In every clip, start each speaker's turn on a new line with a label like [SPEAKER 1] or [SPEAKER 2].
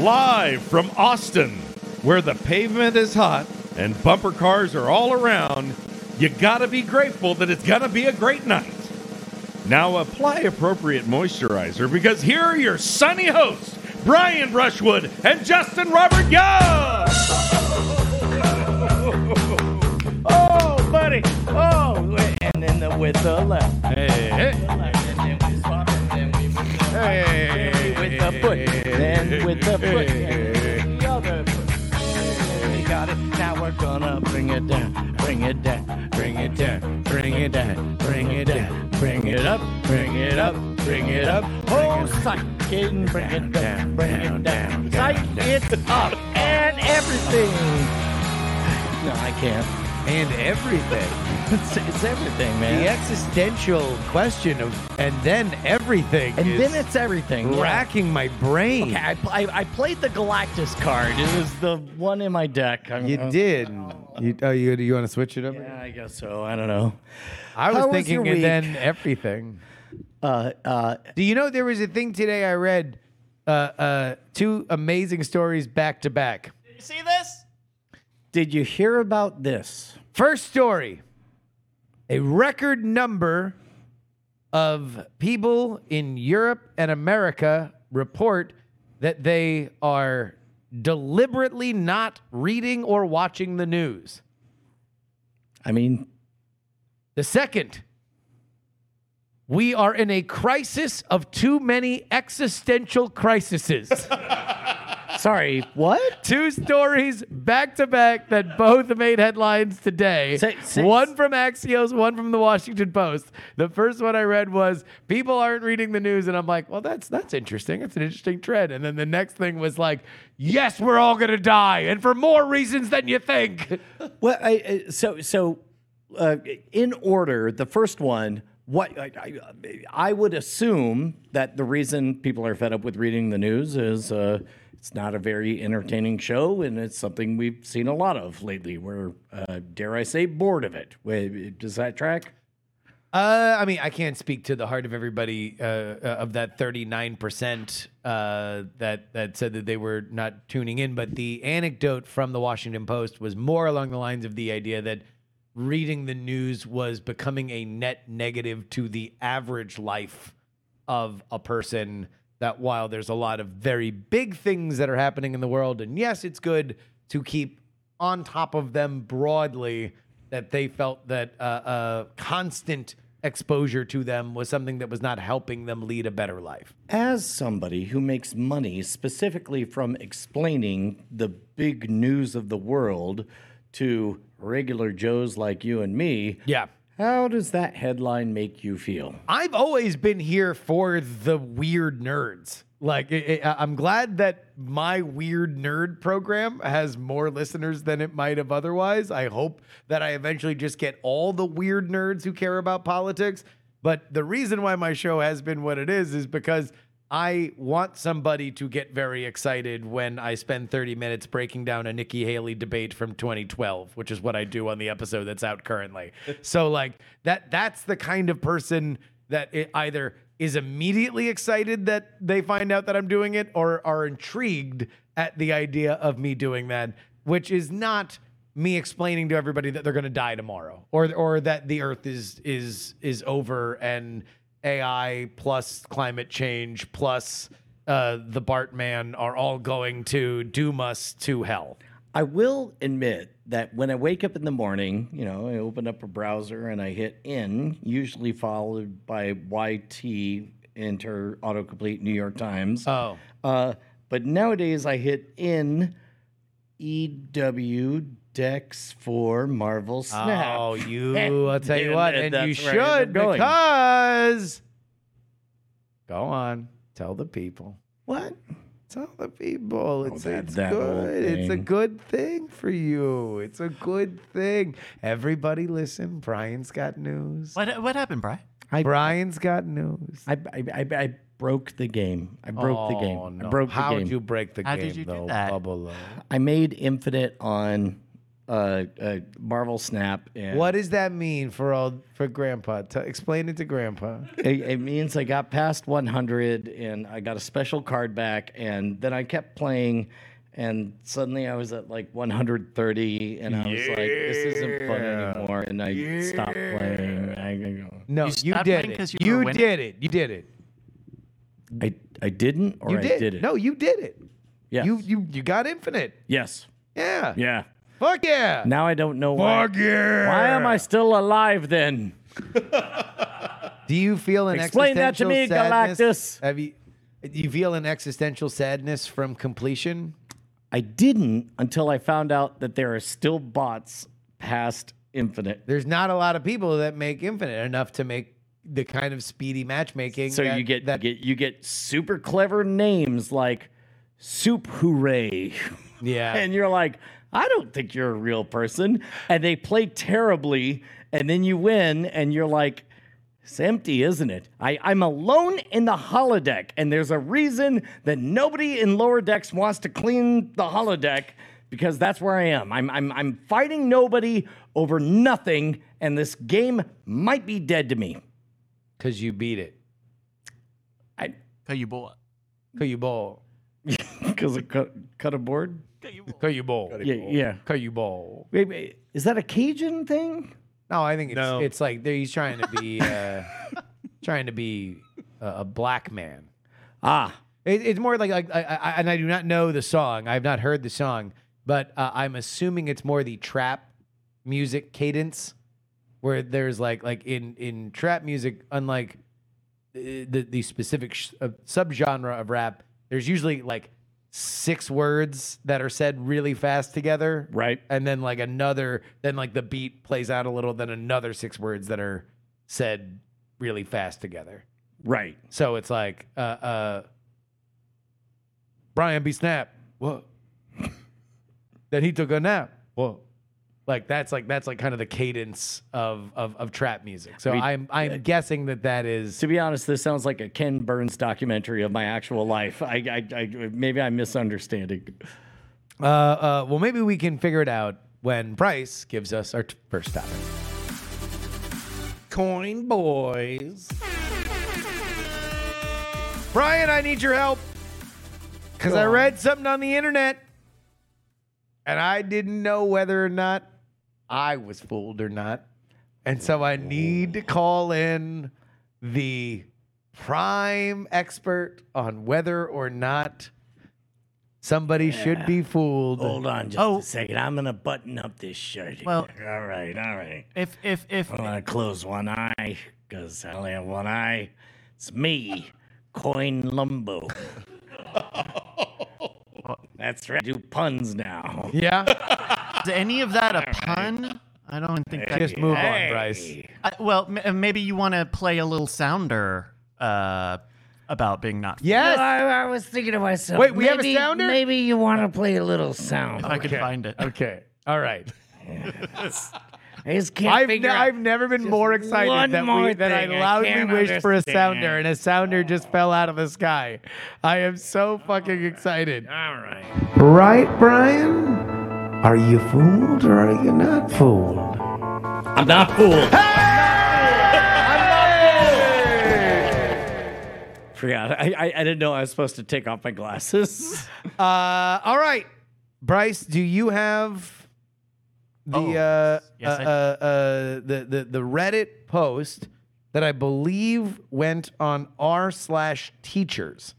[SPEAKER 1] Live from Austin, where the pavement is hot and bumper cars are all around, you gotta be grateful that it's gonna be a great night. Now apply appropriate moisturizer because here are your sunny hosts, Brian Brushwood and Justin Robert Young!
[SPEAKER 2] Oh, buddy. Oh, and then the with the left.
[SPEAKER 1] Hey,
[SPEAKER 2] And then we swap, and then we with the right, and then we with the foot, then with the foot, and the other foot. We got it. Now we're gonna bring it down, bring it down, bring it down, bring it down, bring it down, bring it up, bring it up, bring it up. Oh, psych, and bring it down, bring it down, psych it up, and everything. No, I can't.
[SPEAKER 3] and everything.
[SPEAKER 2] It's, it's everything, man.
[SPEAKER 3] The existential question of and then everything.
[SPEAKER 2] And
[SPEAKER 3] is
[SPEAKER 2] then it's everything. yeah.
[SPEAKER 3] racking my brain.
[SPEAKER 2] Okay, I, I, I played the Galactus card. It was the one in my deck. I'm,
[SPEAKER 3] You
[SPEAKER 2] I'm-
[SPEAKER 3] did. You, oh, you, you want to switch it up?
[SPEAKER 2] Yeah, I guess so. I don't know.
[SPEAKER 3] I was
[SPEAKER 2] How was
[SPEAKER 3] thinking
[SPEAKER 2] your
[SPEAKER 3] and
[SPEAKER 2] week?
[SPEAKER 3] then everything.
[SPEAKER 2] Uh, uh,
[SPEAKER 3] Do you know there was a thing today I read? Uh, uh, two amazing stories back to back.
[SPEAKER 2] you see this? Did you hear about this?
[SPEAKER 3] First story a record number of people in Europe and America report that they are deliberately not reading or watching the news.
[SPEAKER 2] I mean,
[SPEAKER 3] The second, we are in a crisis of too many existential crises.
[SPEAKER 2] sorry, what?
[SPEAKER 3] Two stories back to back that both made headlines today.
[SPEAKER 2] Say- say-
[SPEAKER 3] one from Axios, one from the Washington Post. The first one I read was people aren't reading the news, and I'm like, well, that's that's interesting. That's an interesting trend. And then the next thing was like, yes, we're all gonna die, and for more reasons than you think.
[SPEAKER 2] Well, I, I- so so uh, in order, the first one. What I, I, I would assume that the reason people are fed up with reading the news is uh, it's not a very entertaining show, and it's something we've seen a lot of lately. We're uh, dare I say bored of it. Wait, does that track?
[SPEAKER 3] Uh, I mean, I can't speak to the heart of everybody uh, uh, of that 39% uh, that that said that they were not tuning in, but the anecdote from the Washington Post was more along the lines of the idea that reading the news was becoming a net negative to the average life of a person that while there's a lot of very big things that are happening in the world and yes it's good to keep on top of them broadly that they felt that uh, uh, constant exposure to them was something that was not helping them lead a better life
[SPEAKER 2] As somebody who makes money specifically from explaining the big news of the world to regular Joes like you and me,
[SPEAKER 3] yeah
[SPEAKER 2] how does that headline make you feel?
[SPEAKER 3] I've always been here for the weird nerds. Like, i i I'm glad that my weird nerd program has more listeners than it might have otherwise. I hope that I eventually just get all the weird nerds who care about politics. But the reason why my show has been what it is is because I want somebody to get very excited when I spend 30 minutes breaking down a Nikki Haley debate from 2012, which is what I do on the episode that's out currently. so like that that's the kind of person that it either is immediately excited that they find out that I'm doing it or are intrigued at the idea of me doing that, which is not me explaining to everybody that they're going to die tomorrow or or that the earth is is is over and AI plus climate change plus uh, the Bartman are all going to doom us to hell.
[SPEAKER 2] I will admit that when I wake up in the morning, you know, I open up a browser and I hit N, usually followed by YT, enter autocomplete New York Times.
[SPEAKER 3] Oh,
[SPEAKER 2] Uh, but nowadays I hit in EW Dex for Marvel Snap.
[SPEAKER 3] oh, you! I'll tell you
[SPEAKER 2] Dude,
[SPEAKER 3] what,
[SPEAKER 2] that-
[SPEAKER 3] and you
[SPEAKER 2] that's where I ended
[SPEAKER 3] should
[SPEAKER 2] up going.
[SPEAKER 3] because go on, tell the people.
[SPEAKER 2] What?
[SPEAKER 3] Tell the people it's,
[SPEAKER 2] that-
[SPEAKER 3] it's
[SPEAKER 2] Oh, that whole
[SPEAKER 3] good. It's a
[SPEAKER 2] thing.
[SPEAKER 3] good thing for you. It's a good thing. Everybody listen. Brian's got news.
[SPEAKER 4] What what happened, Brian?
[SPEAKER 3] Brian's got news.
[SPEAKER 2] I, I, I, I broke the game. I broke the
[SPEAKER 3] Oh,
[SPEAKER 2] game.
[SPEAKER 3] no.
[SPEAKER 2] I broke the
[SPEAKER 3] How'd
[SPEAKER 2] game.
[SPEAKER 3] you break the
[SPEAKER 4] How
[SPEAKER 3] game
[SPEAKER 4] did you do
[SPEAKER 3] though,
[SPEAKER 4] that?
[SPEAKER 3] Bubble?
[SPEAKER 2] I made infinite on uh, uh, Marvel Snap. And
[SPEAKER 3] What does that mean for all for Grandpa? T- explain it to Grandpa.
[SPEAKER 2] It, it means I got past 100 and I got a special card back, and then I kept playing, and suddenly I was at like 130, and I was like, "This isn't fun
[SPEAKER 1] Yeah.
[SPEAKER 2] anymore," and I stopped playing. I, I-
[SPEAKER 3] No,
[SPEAKER 4] You
[SPEAKER 3] you,
[SPEAKER 4] stopped
[SPEAKER 3] did
[SPEAKER 4] playing
[SPEAKER 3] it.
[SPEAKER 4] 'cause you
[SPEAKER 3] You,
[SPEAKER 4] were winning?
[SPEAKER 3] did it. You did it.
[SPEAKER 2] I, I didn't, or
[SPEAKER 3] You
[SPEAKER 2] I
[SPEAKER 3] did.
[SPEAKER 2] did. it.
[SPEAKER 3] No, you did it.
[SPEAKER 2] Yes.
[SPEAKER 3] You you you got infinite.
[SPEAKER 2] Yes.
[SPEAKER 3] Yeah.
[SPEAKER 2] Yeah.
[SPEAKER 3] Fuck yeah.
[SPEAKER 2] Now I don't know why.
[SPEAKER 1] yeah.
[SPEAKER 2] Why am I still alive then?
[SPEAKER 3] Do you feel an
[SPEAKER 2] Explain that to
[SPEAKER 3] existential
[SPEAKER 2] me,
[SPEAKER 3] sadness?
[SPEAKER 2] Galactus.
[SPEAKER 3] Have you? Do you feel an existential sadness from completion?
[SPEAKER 2] I didn't until I found out that there are still bots past infinite.
[SPEAKER 3] There's not a lot of people that make infinite enough to make the kind of speedy matchmaking.
[SPEAKER 2] So
[SPEAKER 3] that-
[SPEAKER 2] you get,
[SPEAKER 3] that.
[SPEAKER 2] you get you get super clever names like Soup Hooray,
[SPEAKER 3] yeah.
[SPEAKER 2] and you're like, I don't think you're a real person, and they play terribly, and then you win, and you're like. It's empty, isn't it? I, I'm alone in the holodeck, and there's a reason that nobody in lower decks wants to clean the holodeck because that's where I am. I'm, I'm, I'm fighting nobody over nothing, and this game might be dead to me.
[SPEAKER 3] Because you beat it.
[SPEAKER 2] I,
[SPEAKER 4] Cause you bought.
[SPEAKER 3] Because you bowl.
[SPEAKER 2] Because it cut, cut a board?
[SPEAKER 3] Because you bowl.
[SPEAKER 2] Yeah, yeah.
[SPEAKER 3] Because you bowl.
[SPEAKER 2] Wait, wait, is that a Cajun thing?
[SPEAKER 3] No, I think it's
[SPEAKER 1] No.
[SPEAKER 3] it's like there- he's trying to be uh, trying to be a, a black man.
[SPEAKER 2] Ah,
[SPEAKER 3] It, it's more like, like I, I, and I do not know the song. I've not heard the song, but uh, I'm assuming it's more the trap music cadence, where there's like like in in trap music, unlike uh, the the specific sh- uh, subgenre of rap, there's usually like six words that are said really fast together,
[SPEAKER 2] right.
[SPEAKER 3] and then like another, then like the beat plays out a little, then another six words that are said really fast together.
[SPEAKER 2] Right.
[SPEAKER 3] So it's like, uh, uh, Brian B. Snap. What? then he took a nap. What? Like that's like that's like kind of the cadence of of, of trap music. So
[SPEAKER 2] We-
[SPEAKER 3] I'm I'm guessing that that is
[SPEAKER 2] To be honest, this sounds like a Ken Burns documentary of my actual life. I, I, I maybe I'm misunderstanding.
[SPEAKER 3] uh, uh, well maybe we can figure it out when Bryce gives us our t- first topic.
[SPEAKER 1] Coin boys.
[SPEAKER 3] Brian, I need your help because I read something on the internet and I didn't know whether or not I was fooled or not. And so I need to call in the prime expert on whether or not somebody should be fooled.
[SPEAKER 2] Hold on just
[SPEAKER 4] Oh.
[SPEAKER 2] a second. I'm gonna button up this shirt.
[SPEAKER 4] Well-
[SPEAKER 2] here. all right, all right.
[SPEAKER 4] If if if
[SPEAKER 2] I'm gonna close one eye because I only have one eye. It's me, Coin Lumbo. That's right. I do puns now.
[SPEAKER 3] Yeah,
[SPEAKER 4] is any of that a pun, I don't think that.
[SPEAKER 3] just move
[SPEAKER 2] Hey.
[SPEAKER 3] on, Bryce.
[SPEAKER 4] I, well, m- uh, maybe you want to play a little sounder uh, about being not.
[SPEAKER 3] Yes.
[SPEAKER 2] No, I, I was thinking to myself.
[SPEAKER 3] Wait, we have a
[SPEAKER 2] maybe-
[SPEAKER 3] sounder?
[SPEAKER 2] Maybe you want to play a little sound.
[SPEAKER 4] if I could find it.
[SPEAKER 3] Okay. All right.
[SPEAKER 2] I just can't
[SPEAKER 3] I've,
[SPEAKER 2] figure
[SPEAKER 3] ne-
[SPEAKER 2] out.
[SPEAKER 3] I've never been more excited
[SPEAKER 2] one
[SPEAKER 3] that,
[SPEAKER 2] more
[SPEAKER 3] we, that I
[SPEAKER 2] thing I
[SPEAKER 3] loudly
[SPEAKER 2] can't
[SPEAKER 3] wished for a
[SPEAKER 2] understand. Oh.
[SPEAKER 3] sounder, and a sounder just fell out of the sky. I am so fucking excited.
[SPEAKER 2] All right.
[SPEAKER 3] Right, Brian? Are you fooled or are you not fooled?
[SPEAKER 2] I'm not fooled. Forgot. I, I, I didn't know I was supposed to take off my glasses.
[SPEAKER 3] Uh, all right. Bryce, do you have the
[SPEAKER 4] Oh,
[SPEAKER 3] uh,
[SPEAKER 4] yes,
[SPEAKER 3] uh,
[SPEAKER 4] I
[SPEAKER 3] uh, uh, the, the the Reddit post that I believe went on r slash teachers?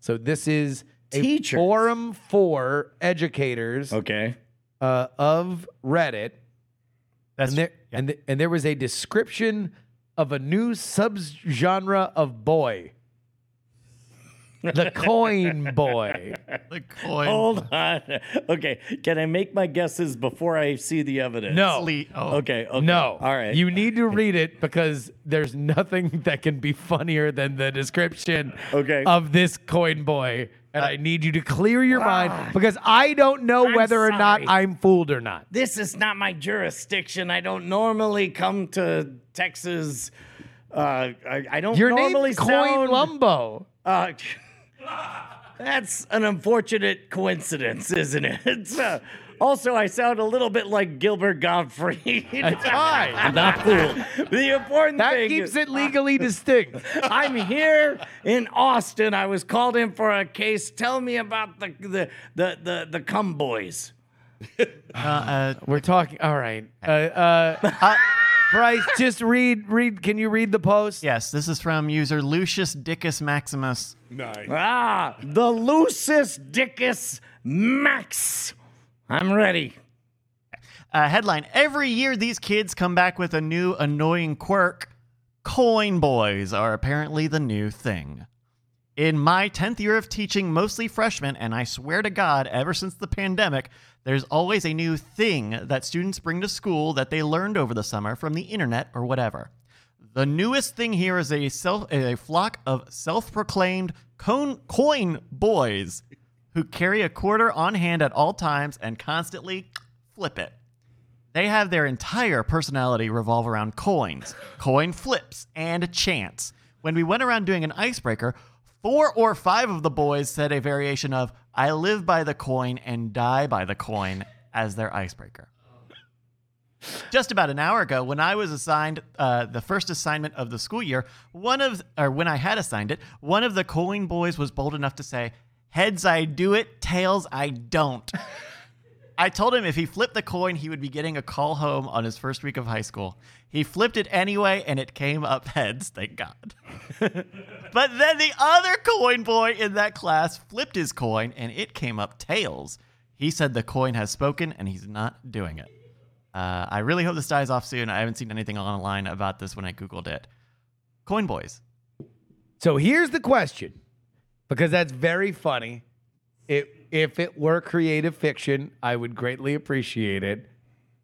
[SPEAKER 3] So this is a
[SPEAKER 2] Teachers?
[SPEAKER 3] forum for educators
[SPEAKER 2] Okay.
[SPEAKER 3] uh, of Reddit,
[SPEAKER 4] That's
[SPEAKER 3] and there and, th- and there was a description of a new subgenre of boy, the coin boy.
[SPEAKER 4] the coin.
[SPEAKER 3] Oh,
[SPEAKER 2] Hold on. Okay. Can I make my guesses before I see the evidence?
[SPEAKER 3] No.
[SPEAKER 4] Lee- oh.
[SPEAKER 2] Okay. okay.
[SPEAKER 3] No.
[SPEAKER 2] All right.
[SPEAKER 3] You need to read it because there's nothing that can be funnier than the description
[SPEAKER 2] Okay. Uh,
[SPEAKER 3] of this coin boy. And I need you to clear your mind because I don't know whether or not
[SPEAKER 2] sorry.
[SPEAKER 3] I'm fooled or not.
[SPEAKER 2] this is not my jurisdiction. I don't normally come to Texas. Uh, I, I don't
[SPEAKER 3] Your
[SPEAKER 2] normally
[SPEAKER 3] name is Coin
[SPEAKER 2] sound.
[SPEAKER 3] Lumbo.
[SPEAKER 2] uh, That's an unfortunate coincidence, isn't it? It's, uh, also, I sound a little bit like Gilbert Gottfried.
[SPEAKER 3] That's fine.
[SPEAKER 2] not cool. the important
[SPEAKER 3] That
[SPEAKER 2] thing
[SPEAKER 3] keeps
[SPEAKER 2] is-
[SPEAKER 3] it legally distinct.
[SPEAKER 2] I'm here in Austin. I was called in for a case. Tell me about the the the the, the cum boys.
[SPEAKER 4] Uh,
[SPEAKER 3] We're talking. All right, uh, uh,
[SPEAKER 4] uh,
[SPEAKER 3] Bryce, just read. Read. Can you read the post?
[SPEAKER 4] yes, this is from user Lucius Dickus Maximus.
[SPEAKER 1] Nice.
[SPEAKER 2] Ah, the Lucis Dickus Max. I'm ready.
[SPEAKER 4] Uh, headline Every year, these kids come back with a new annoying quirk. Coin boys are apparently the new thing. In my 10th year of teaching mostly freshmen, and I swear to God, ever since the pandemic, there's always a new thing that students bring to school that they learned over the summer from the internet or whatever. The newest thing here is a self a flock of self-proclaimed cone, coin boys who carry a quarter on hand at all times and constantly flip it. They have their entire personality revolve around coins, coin flips, and chance. When we went around doing an icebreaker, four or five of the boys said a variation of I live by the coin and die by the coin as their icebreaker. Just about an hour ago, when I was assigned uh, the first assignment of the school year, one of, or when I had assigned it, one of the coin boys was bold enough to say, Heads I do it, tails I don't. I told him if he flipped the coin, he would be getting a call home on his first week of high school. He flipped it anyway, and it came up heads, thank God. but then the other coin boy in that class flipped his coin, and it came up tails. He said the coin has spoken, and he's not doing it. Uh, I really hope this dies off soon. I haven't seen anything online about this when I Googled it. Coin boys.
[SPEAKER 3] So here's the question, because that's very funny. It, if it were creative fiction, I would greatly appreciate it.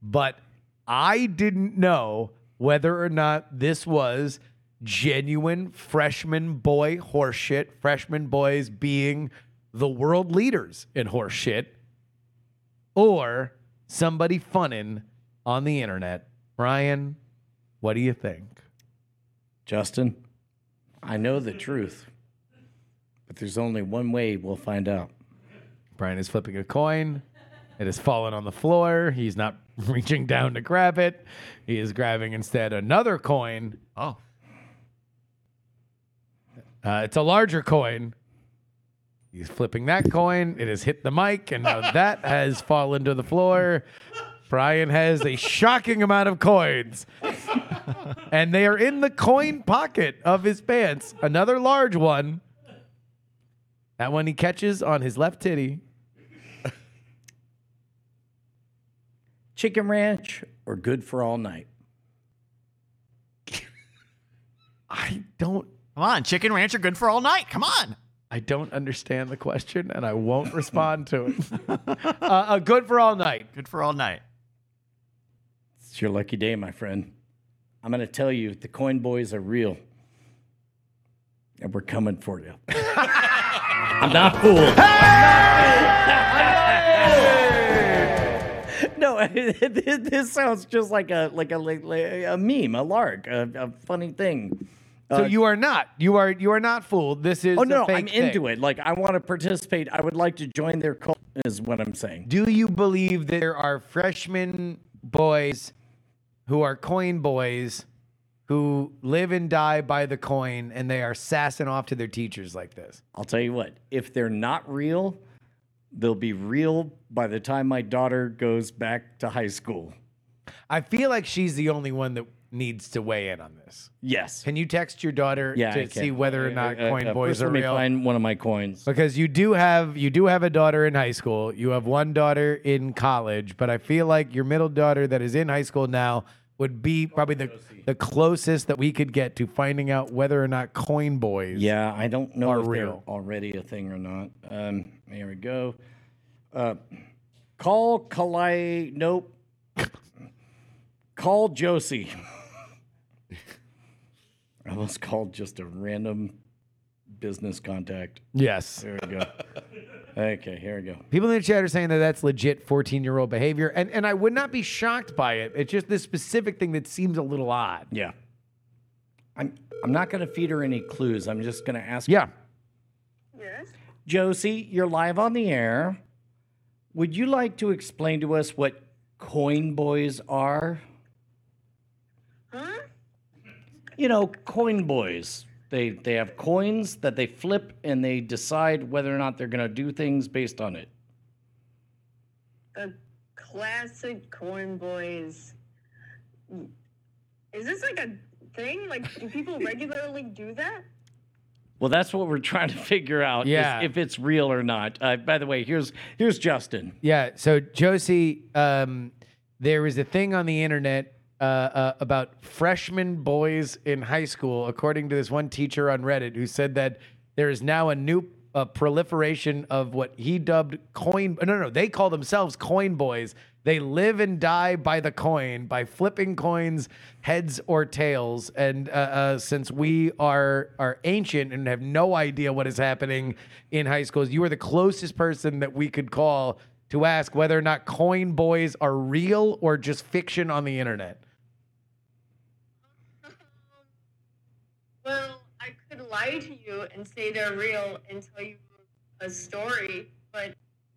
[SPEAKER 3] But I didn't know whether or not this was genuine freshman boy horseshit, freshman boys being the world leaders in horseshit, or somebody funning on the internet. Ryan, what do you think?
[SPEAKER 2] Justin, I know the truth, but there's only one way we'll find out.
[SPEAKER 3] Brian is flipping a coin. It has fallen on the floor. He's not reaching down to grab it. He is grabbing instead another coin.
[SPEAKER 4] Oh.
[SPEAKER 3] Uh, it's a larger coin. He's flipping that coin. It has hit the mic, and now that has fallen to the floor. Brian has a shocking amount of coins, and they are in the coin pocket of his pants. Another large one. That one he catches on his left titty.
[SPEAKER 2] Chicken ranch or good for all night?
[SPEAKER 3] I don't
[SPEAKER 4] Come on, chicken ranch are good for all night. Come on.
[SPEAKER 3] I don't understand the question and I won't respond to it. uh, uh, good for all night.
[SPEAKER 4] Good for all night.
[SPEAKER 2] It's your lucky day, my friend. I'm going to tell you the coin boys are real. And we're coming for you. I'm not fooled. no, this sounds just like a like a like, a meme, a lark, a, a funny thing.
[SPEAKER 3] So you are not. You are you are not fooled. This is
[SPEAKER 2] Uh, Oh no,
[SPEAKER 3] a fake
[SPEAKER 2] I'm into it. Like I want to participate. I would like to join their cult. Is what I'm saying.
[SPEAKER 3] Do you believe that there are freshman boys who are coin boys who live and die by the coin and they are sassing off to their teachers like this?
[SPEAKER 2] I'll tell you what, if they're not real, they'll be real by the time my daughter goes back to high school.
[SPEAKER 3] I feel like she's the only one that needs to weigh in on this.
[SPEAKER 2] Yes.
[SPEAKER 3] Can you text your daughter
[SPEAKER 2] Yeah, I
[SPEAKER 3] to
[SPEAKER 2] can.
[SPEAKER 3] see whether or not
[SPEAKER 2] Uh,
[SPEAKER 3] coin
[SPEAKER 2] uh,
[SPEAKER 3] boys
[SPEAKER 2] first
[SPEAKER 3] are
[SPEAKER 2] let me
[SPEAKER 3] real?
[SPEAKER 2] find one of my coins.
[SPEAKER 3] because you do have you do have a daughter in high school you have one daughter in college but i feel like your middle daughter that is in high school now would be probably the, the closest that we could get to finding out whether or not coin boys
[SPEAKER 2] Yeah, I don't know
[SPEAKER 3] Are
[SPEAKER 2] if
[SPEAKER 3] real.
[SPEAKER 2] they're already a thing or not. Um, here we go. Uh, call Kalai. Nope. call Josie. I almost called just a random business contact.
[SPEAKER 3] yes
[SPEAKER 2] There we go. okay, here we go.
[SPEAKER 3] people in the chat are saying that that's legit 14 year old behavior and and i would not be shocked by it it's just this specific thing that seems a little odd
[SPEAKER 2] Yeah. I'm I'm not gonna feed her any clues. I'm just gonna ask.
[SPEAKER 3] yeah
[SPEAKER 2] Josie, you're live on the air. Would you like to explain to us what coin boys are?
[SPEAKER 5] Huh?
[SPEAKER 2] You know, coin boys. They they have coins that they flip and they decide whether or not they're going to do things based on it.
[SPEAKER 5] The classic corn boys. Is this like a thing? Like, do people regularly do that?
[SPEAKER 2] Well, that's what we're trying to figure out. is
[SPEAKER 3] Yeah.
[SPEAKER 2] if it's real or not. Uh, by the way, here's here's Justin.
[SPEAKER 3] Yeah. So Josie, um, there was a thing on the internet uh, uh, about freshman boys in high school, according to this one teacher on Reddit, who said that there is now a new uh, proliferation of what he dubbed coin. No, no, they call themselves coin boys. They live and die by the coin, by flipping coins, heads or tails. And uh, uh, since we are are ancient and have no idea what is happening in high schools, you are the closest person that we could call to ask whether or not coin boys are real or just fiction on the internet.
[SPEAKER 5] Well, I could lie to you and say they're real and tell you a story, but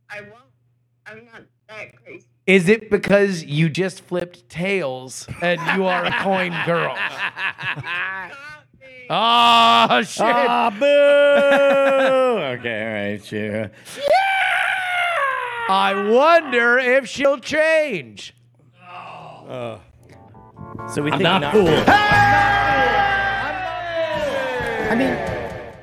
[SPEAKER 5] I won't. I'm not that crazy.
[SPEAKER 3] Is it because you just flipped tails and you are a coin girl?
[SPEAKER 5] Stop me.
[SPEAKER 3] Oh shit.
[SPEAKER 2] Ah, boo! okay, all right, sure.
[SPEAKER 3] I wonder if she'll change.
[SPEAKER 6] So we
[SPEAKER 2] I'm
[SPEAKER 6] think
[SPEAKER 2] not fooled. I mean,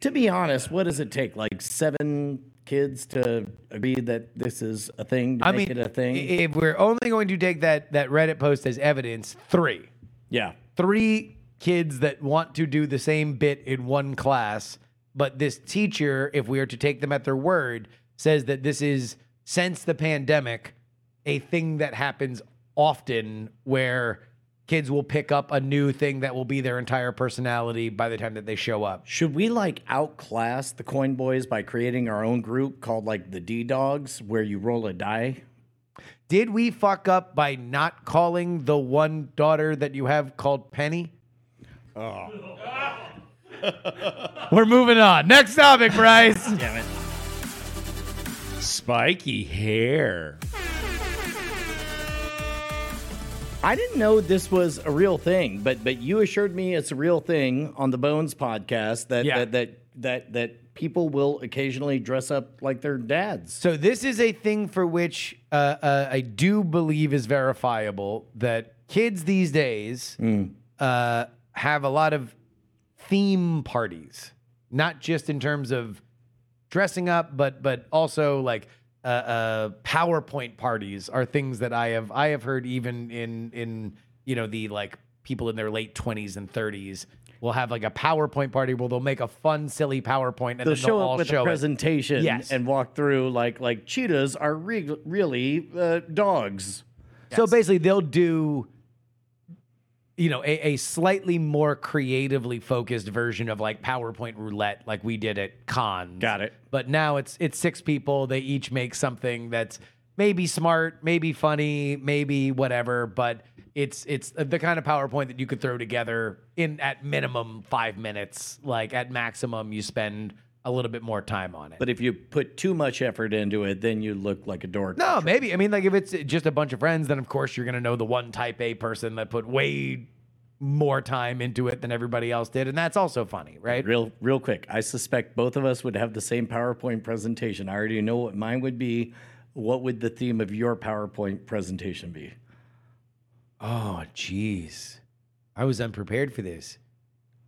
[SPEAKER 2] to be honest, what does it take? Like seven kids to agree that this is a thing, to
[SPEAKER 3] I
[SPEAKER 2] make
[SPEAKER 3] mean,
[SPEAKER 2] it a thing?
[SPEAKER 3] i- if we're only going to take that that Reddit post as evidence, three,
[SPEAKER 2] yeah.
[SPEAKER 3] three kids that want to do the same bit in one class, but this teacher, if we are to take them at their word, says that this is since the pandemic, a thing that happens often where kids will pick up a new thing that will be their entire personality by the time that they show up.
[SPEAKER 2] Should we like outclass the Coin Boys by creating our own group called like the D Dogs, where you roll a die?
[SPEAKER 3] Did we fuck up by not calling the one daughter that you have called Penny? Oh. We're moving on. Next topic, Bryce.
[SPEAKER 1] Spiky hair.
[SPEAKER 2] I didn't know this was a real thing, but but you assured me it's a real thing on the Bones podcast that
[SPEAKER 3] Yeah.
[SPEAKER 2] that, that that that people will occasionally dress up like their dads.
[SPEAKER 3] So this is a thing for which uh, uh, I do believe is verifiable that kids these days
[SPEAKER 2] Hmm.
[SPEAKER 3] uh, have a lot of theme parties, not just in terms of dressing up, but but also like uh, uh, PowerPoint parties are things that I have I have heard even in in you know the like people in their late twenties and thirties will have like a PowerPoint party where they'll make a fun silly PowerPoint and
[SPEAKER 2] They'll
[SPEAKER 3] then they'll
[SPEAKER 2] show
[SPEAKER 3] all
[SPEAKER 2] up with a
[SPEAKER 3] show it.
[SPEAKER 2] presentation
[SPEAKER 3] Yes.
[SPEAKER 2] and walk through like like cheetahs are re- really uh, dogs.
[SPEAKER 3] So basically, they'll do, you know, a, a slightly more creatively focused version of like PowerPoint roulette, like we did at cons.
[SPEAKER 2] Got it.
[SPEAKER 3] But now it's it's six people. They each make something that's maybe smart, maybe funny, maybe whatever. But it's it's the kind of PowerPoint that you could throw together in at minimum five minutes. Like at maximum, you spend a little bit more time on it.
[SPEAKER 2] But if you put too much effort into it, then you look like a dork.
[SPEAKER 3] No, maybe. I mean, like if it's just a bunch of friends, then of course you're gonna know the one type A person that put way more time into it than everybody else did, and that's also funny, right?
[SPEAKER 2] Real, real quick. I suspect both of us would have the same PowerPoint presentation. I already know what mine would be. What would the theme of your PowerPoint presentation be?
[SPEAKER 3] Oh, jeez, I was unprepared for this.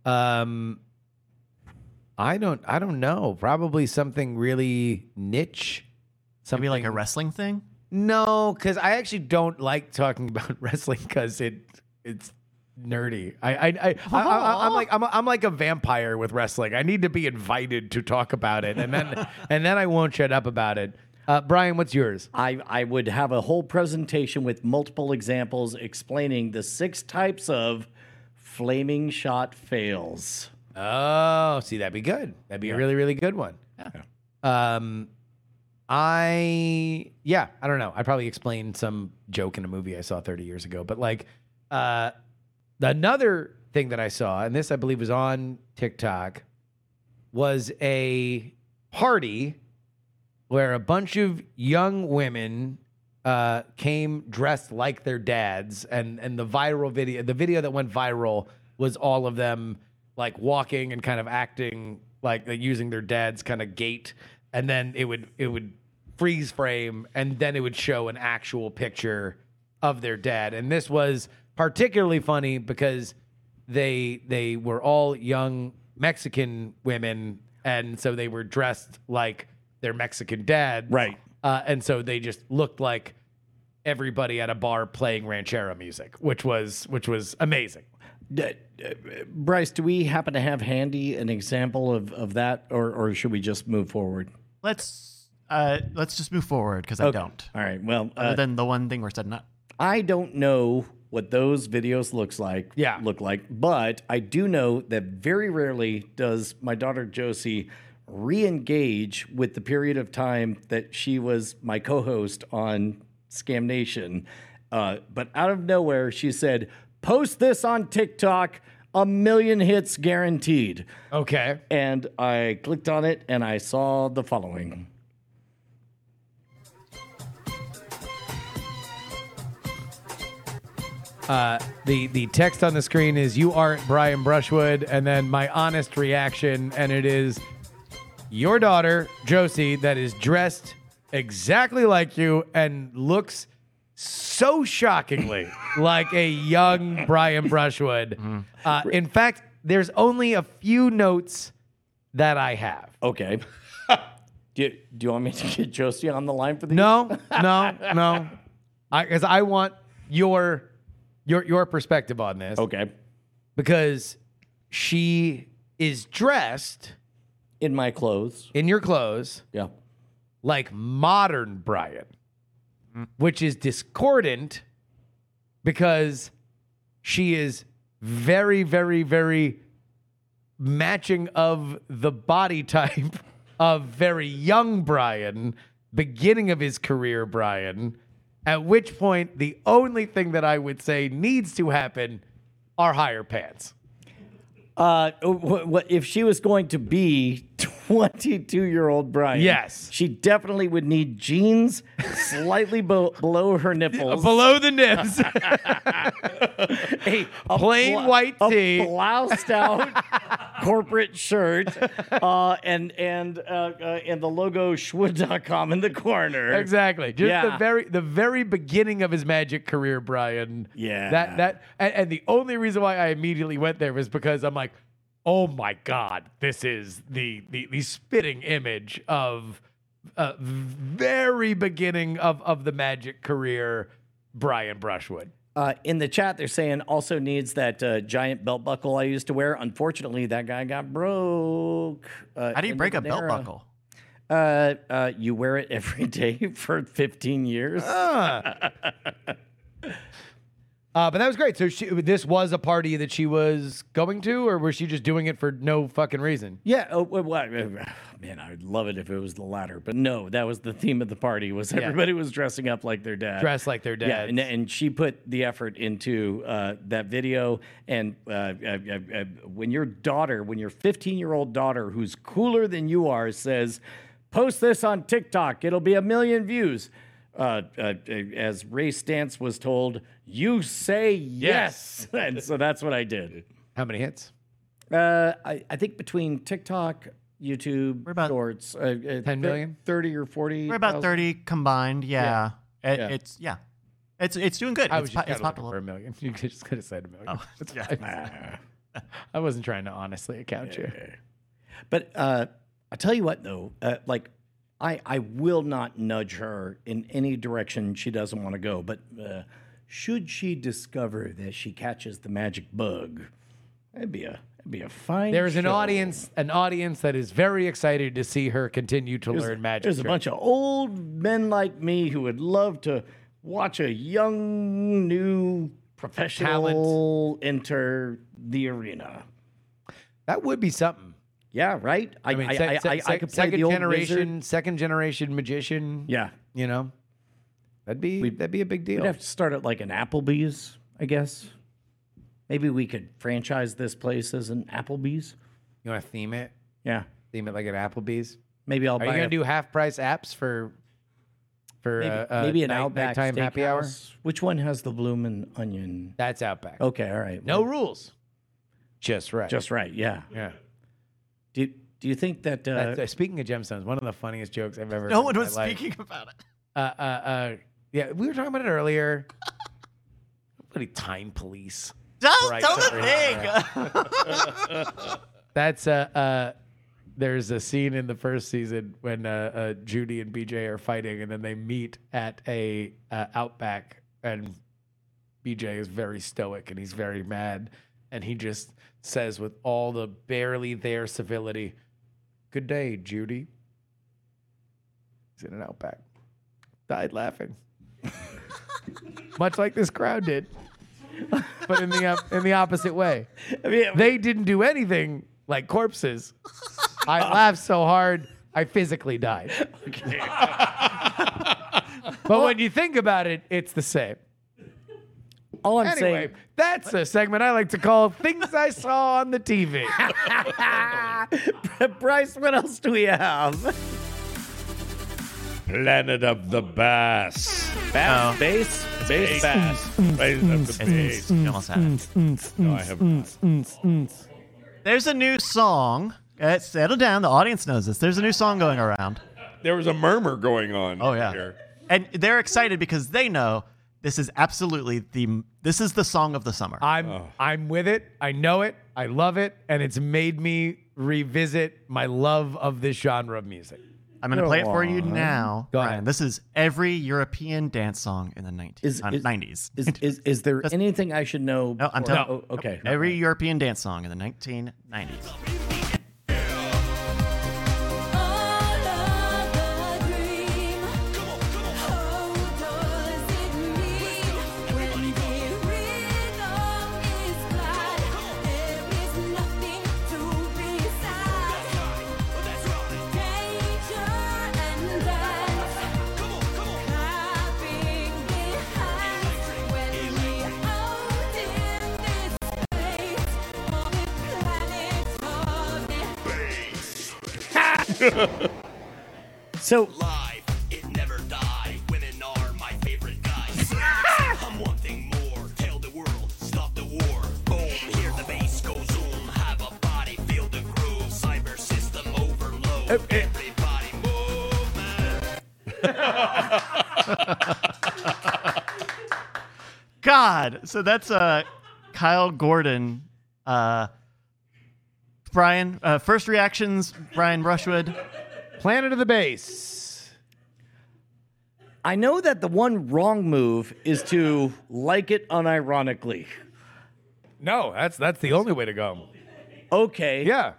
[SPEAKER 3] Um, I don't, I don't know. Probably something really niche. Something
[SPEAKER 4] Maybe like a wrestling thing?
[SPEAKER 3] No, because I actually don't like talking about wrestling because it it's nerdy. I I, I, I, I I'm like I'm, I'm like a vampire with wrestling. I need to be invited to talk about it, and then and then I won't shut up about it. Uh, Brian, what's yours?
[SPEAKER 2] I, I would have a whole presentation with multiple examples explaining the six types of flaming shot fails.
[SPEAKER 3] Oh, see, that'd be good. That'd be a really really good one. Um, I yeah, I don't know. I probably explained some joke in a movie I saw 30 years ago, but like uh another thing that I saw, and this I believe was on TikTok, was a party where a bunch of young women uh, came dressed like their dads, and and the viral video, the video that went viral was all of them like walking and kind of acting like like, using their dad's kind of gait, and then it would it would freeze frame, and then it would show an actual picture of their dad, and this was particularly funny because they they were all young Mexican women, and so they were dressed like their Mexican dad,
[SPEAKER 7] Right.
[SPEAKER 3] Uh, and so they just looked like everybody at a bar playing ranchera music, which was which was amazing.
[SPEAKER 2] D- uh, Bryce, do we happen to have handy an example of, of that, or, or should we just move forward?
[SPEAKER 4] Let's uh, let's just move forward because I don't.
[SPEAKER 2] All right. Well,
[SPEAKER 4] Other
[SPEAKER 2] uh,
[SPEAKER 4] than the one thing we're setting up.
[SPEAKER 2] I don't know what those videos looks like.
[SPEAKER 3] Yeah.
[SPEAKER 2] look like, but I do know that very rarely does my daughter Josie re-engage with the period of time that she was my co-host on Scam Nation. Uh, but out of nowhere, she said, "Post this on TikTok, a million hits guaranteed."
[SPEAKER 3] Okay,
[SPEAKER 2] And I clicked on it, and I saw the following.
[SPEAKER 3] the the text on the screen is "You aren't Brian Brushwood," and then my honest reaction, and it is your daughter Josie that is dressed exactly like you and looks so shockingly like a young Brian Brushwood. Uh, in fact, there's only a few notes that I have.
[SPEAKER 2] Okay. do, you, do you want me to get Josie on the line for the
[SPEAKER 3] No, no, no. I because I want your your your perspective on this
[SPEAKER 2] Okay.
[SPEAKER 3] because she is dressed
[SPEAKER 2] In my clothes.
[SPEAKER 3] in your clothes
[SPEAKER 2] Yeah.
[SPEAKER 3] like modern Brian, which is discordant because she is very, very, very matching of the body type of very young Brian, beginning of his career Brian. At which point, the only thing that I would say needs to happen are higher pants.
[SPEAKER 2] Uh, wh- wh- if she was going to be 22 year old Brian,
[SPEAKER 3] Yes.
[SPEAKER 2] she definitely would need jeans slightly be- below her nipples,
[SPEAKER 3] Below the nips,
[SPEAKER 2] a, a
[SPEAKER 3] plain
[SPEAKER 2] bla-
[SPEAKER 3] white
[SPEAKER 2] a
[SPEAKER 3] tee.
[SPEAKER 2] bloused out corporate shirt, uh, and and uh, uh, and the logo schwood.com in the corner.
[SPEAKER 3] exactly. Just the
[SPEAKER 2] Yeah.
[SPEAKER 3] very the very beginning of his magic career, Brian.
[SPEAKER 2] Yeah.
[SPEAKER 3] That that and, and the only reason why I immediately went there was because I'm like, oh my god, this is the the, the spitting image of uh, very beginning of of the magic career, Brian Brushwood.
[SPEAKER 2] Uh, in the chat, they're saying also needs that uh, giant belt buckle I used to wear. Unfortunately, that guy got broke. Uh,
[SPEAKER 4] How do you
[SPEAKER 2] end
[SPEAKER 4] break a
[SPEAKER 2] of an
[SPEAKER 4] belt
[SPEAKER 2] era.
[SPEAKER 4] buckle?
[SPEAKER 2] Uh, uh, you wear it every day for 15 years.
[SPEAKER 3] Uh, but that was great. So she, this was a party that she was going to, or was she just doing it for no fucking reason?
[SPEAKER 2] yeah. Oh, wha- wha- man, I'd love it if it was the latter, but no, that was the theme of the party. Was everybody was dressing up like their dad?
[SPEAKER 3] Dressed like their dad.
[SPEAKER 2] Yeah, and, and she put the effort into uh, that video. And uh, uh, uh, uh, when your daughter, when your 15 year old daughter, who's cooler than you are, says, "Post this on TikTok, it'll be a million views," uh, uh, uh, as Ray Stance was told, you say yes, and so that's what I did.
[SPEAKER 3] How many hits?
[SPEAKER 2] Uh, I, I think between TikTok, YouTube,
[SPEAKER 4] We're about-
[SPEAKER 2] shorts, uh, uh,
[SPEAKER 3] 10 million?
[SPEAKER 2] 30 or 40.
[SPEAKER 4] We're about thirty combined. Yeah. It-
[SPEAKER 2] Yeah.
[SPEAKER 4] It's yeah. It's it's doing good.
[SPEAKER 3] I
[SPEAKER 4] It's,
[SPEAKER 3] was
[SPEAKER 4] po-
[SPEAKER 3] just
[SPEAKER 4] it's
[SPEAKER 3] kinda looking
[SPEAKER 4] popular.
[SPEAKER 3] for a million. You just could have said a million.
[SPEAKER 2] Oh,
[SPEAKER 3] That's
[SPEAKER 4] yeah.
[SPEAKER 3] fine. I wasn't trying to honestly account you.
[SPEAKER 2] But uh, I tell you what, though, uh, like I I will not nudge her in any direction she doesn't want to go. But uh, should she discover that she catches the magic bug, that'd be a that'd be a fine.
[SPEAKER 3] There's an
[SPEAKER 2] show.
[SPEAKER 3] audience, an audience that is very excited to see her continue to learn magic.
[SPEAKER 2] There's a
[SPEAKER 3] tricks.
[SPEAKER 2] bunch of old men like me who would love to watch a young new professional enter the arena.
[SPEAKER 3] That would be something.
[SPEAKER 2] Yeah, right.
[SPEAKER 3] I mean, se- se- se- second generation, second generation magician.
[SPEAKER 2] Yeah,
[SPEAKER 3] you know, that'd be that'd be a big deal.
[SPEAKER 2] We'd have to start at like an Applebee's, I guess. Maybe we could franchise this place as an Applebee's.
[SPEAKER 3] you want to theme it,
[SPEAKER 2] Yeah.
[SPEAKER 3] theme it like an Applebee's.
[SPEAKER 2] Maybe I'll buy
[SPEAKER 3] Are you
[SPEAKER 2] a-
[SPEAKER 3] gonna do half price apps for for
[SPEAKER 2] maybe,
[SPEAKER 3] uh, uh,
[SPEAKER 2] maybe an
[SPEAKER 3] night-
[SPEAKER 2] Outback
[SPEAKER 3] nighttime happy hour?
[SPEAKER 2] Steakhouse. Which one has the bloomin' onion?
[SPEAKER 3] That's Outback.
[SPEAKER 2] Okay, all right.
[SPEAKER 3] No
[SPEAKER 2] Well,
[SPEAKER 3] rules. Just right.
[SPEAKER 2] just right. Yeah.
[SPEAKER 4] Uh,
[SPEAKER 3] yeah.
[SPEAKER 2] Do Do you think that? Uh,
[SPEAKER 3] That's, uh, speaking of gemstones, one of the funniest jokes I've ever.
[SPEAKER 4] No
[SPEAKER 3] heard
[SPEAKER 4] one
[SPEAKER 3] in my
[SPEAKER 4] was
[SPEAKER 3] life.
[SPEAKER 4] speaking about it.
[SPEAKER 3] Uh, uh, uh, yeah, we were talking about it earlier. Bloody time police.
[SPEAKER 4] Don't,
[SPEAKER 3] Right,
[SPEAKER 4] don't
[SPEAKER 3] sorry.
[SPEAKER 4] think.
[SPEAKER 3] That's uh, uh, there's a scene in the first season when uh, uh, Judy and BJ are fighting, and then they meet at a uh, Outback, and BJ is very stoic and he's very mad, and he just says with all the barely there civility, "Good day, Judy." He's in an Outback. Died laughing, much like this crowd did, but in the op- in the opposite way
[SPEAKER 2] I mean,
[SPEAKER 3] they didn't do anything like corpses. I laughed so hard, I physically died. but when you think about it, it's the same.
[SPEAKER 2] all I'm
[SPEAKER 3] Anyway,
[SPEAKER 2] saying.
[SPEAKER 3] that's a segment I like to call Things I Saw on the TV.
[SPEAKER 2] Bryce, what else do we have?
[SPEAKER 1] Planet of the Bass.
[SPEAKER 4] Oh. Mm.
[SPEAKER 2] Base.
[SPEAKER 1] Bass Bass. Planet of the Bass.
[SPEAKER 4] You almost had it.
[SPEAKER 1] No, I have not.
[SPEAKER 4] There's a new song. Uh, settle down. The audience knows this. There's a new song going around.
[SPEAKER 1] There was a murmur going on.
[SPEAKER 4] Oh yeah.
[SPEAKER 1] Here.
[SPEAKER 4] And they're excited because they know this is absolutely the this is the song of the summer.
[SPEAKER 3] I'm I'm with it. I know it. I love it, and it's made me revisit my love of this genre of music.
[SPEAKER 4] I'm going to play it for you now.
[SPEAKER 3] Go
[SPEAKER 4] Brian.
[SPEAKER 3] ahead.
[SPEAKER 4] This is every European dance song in the 19,
[SPEAKER 2] Is-
[SPEAKER 4] uh,
[SPEAKER 2] is-
[SPEAKER 4] 90s.
[SPEAKER 2] Is, is is there
[SPEAKER 4] Just-
[SPEAKER 2] anything I should know?
[SPEAKER 4] No, I'm
[SPEAKER 2] before-
[SPEAKER 4] telling-
[SPEAKER 2] Oh, okay.
[SPEAKER 4] every European dance song in the 1990s.
[SPEAKER 2] So
[SPEAKER 8] Live, it never die. Women are my favorite guys. I'm one thing more. Tell the world, stop the war. Boom, here the bass goes zoom. Have a body, feel the groove. Cyber system overload. Everybody move, man.
[SPEAKER 4] God. So that's uh, Kyle Gordon. Uh, Brian, uh, first reactions, Brian Brushwood.
[SPEAKER 3] Planet of the Bass.
[SPEAKER 2] I know that the one wrong move is to like it unironically.
[SPEAKER 3] No, that's that's the only way to go.
[SPEAKER 2] Okay.
[SPEAKER 3] Yeah.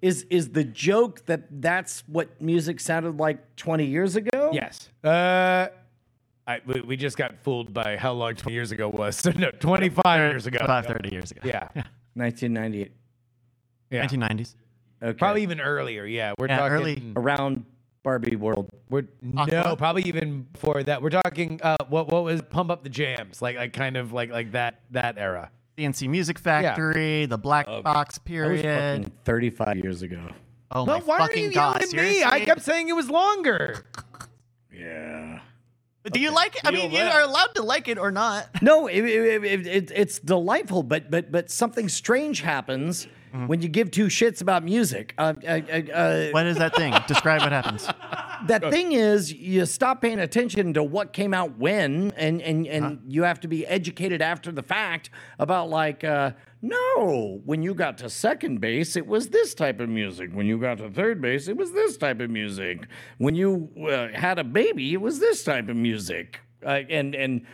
[SPEAKER 2] Is is the joke that that's what music sounded like 20 years ago?
[SPEAKER 3] Yes. Uh, I, we, we just got fooled by how long 20 years ago was. So, no, 25 years ago.
[SPEAKER 4] About 30 years ago.
[SPEAKER 3] Yeah.
[SPEAKER 2] 1998.
[SPEAKER 3] yeah.
[SPEAKER 4] 1990s.
[SPEAKER 2] Okay.
[SPEAKER 3] Probably even earlier. Yeah. We're
[SPEAKER 4] Yeah,
[SPEAKER 3] talking
[SPEAKER 4] early.
[SPEAKER 2] around Barbie World.
[SPEAKER 3] We're no,
[SPEAKER 4] Aqua?
[SPEAKER 3] probably even before that. We're talking uh, what what was Pump Up the Jams, like like kind of like like that that era.
[SPEAKER 4] CNC Music Factory, the Black
[SPEAKER 3] Oh,
[SPEAKER 4] Box
[SPEAKER 2] That was
[SPEAKER 4] period.
[SPEAKER 2] fucking 35 years ago.
[SPEAKER 4] Oh
[SPEAKER 3] No,
[SPEAKER 4] my
[SPEAKER 3] why are
[SPEAKER 4] fucking
[SPEAKER 3] you
[SPEAKER 4] god!
[SPEAKER 3] yelling at me? I
[SPEAKER 4] seriously?
[SPEAKER 3] kept saying it was longer.
[SPEAKER 2] Yeah.
[SPEAKER 4] Do you like it? I mean, you
[SPEAKER 1] that.
[SPEAKER 4] are allowed to like it or not.
[SPEAKER 2] No, it, it, it, it, it's delightful, but but but something strange happens when you give two shits about music. Uh, uh, uh, uh,
[SPEAKER 4] What is that thing? Describe what happens.
[SPEAKER 2] that thing is you stop paying attention to what came out when and and and you have to be educated after the fact about like uh no when you got to second base it was this type of music when you got to third base it was this type of music when you uh, had a baby it was this type of music uh, and and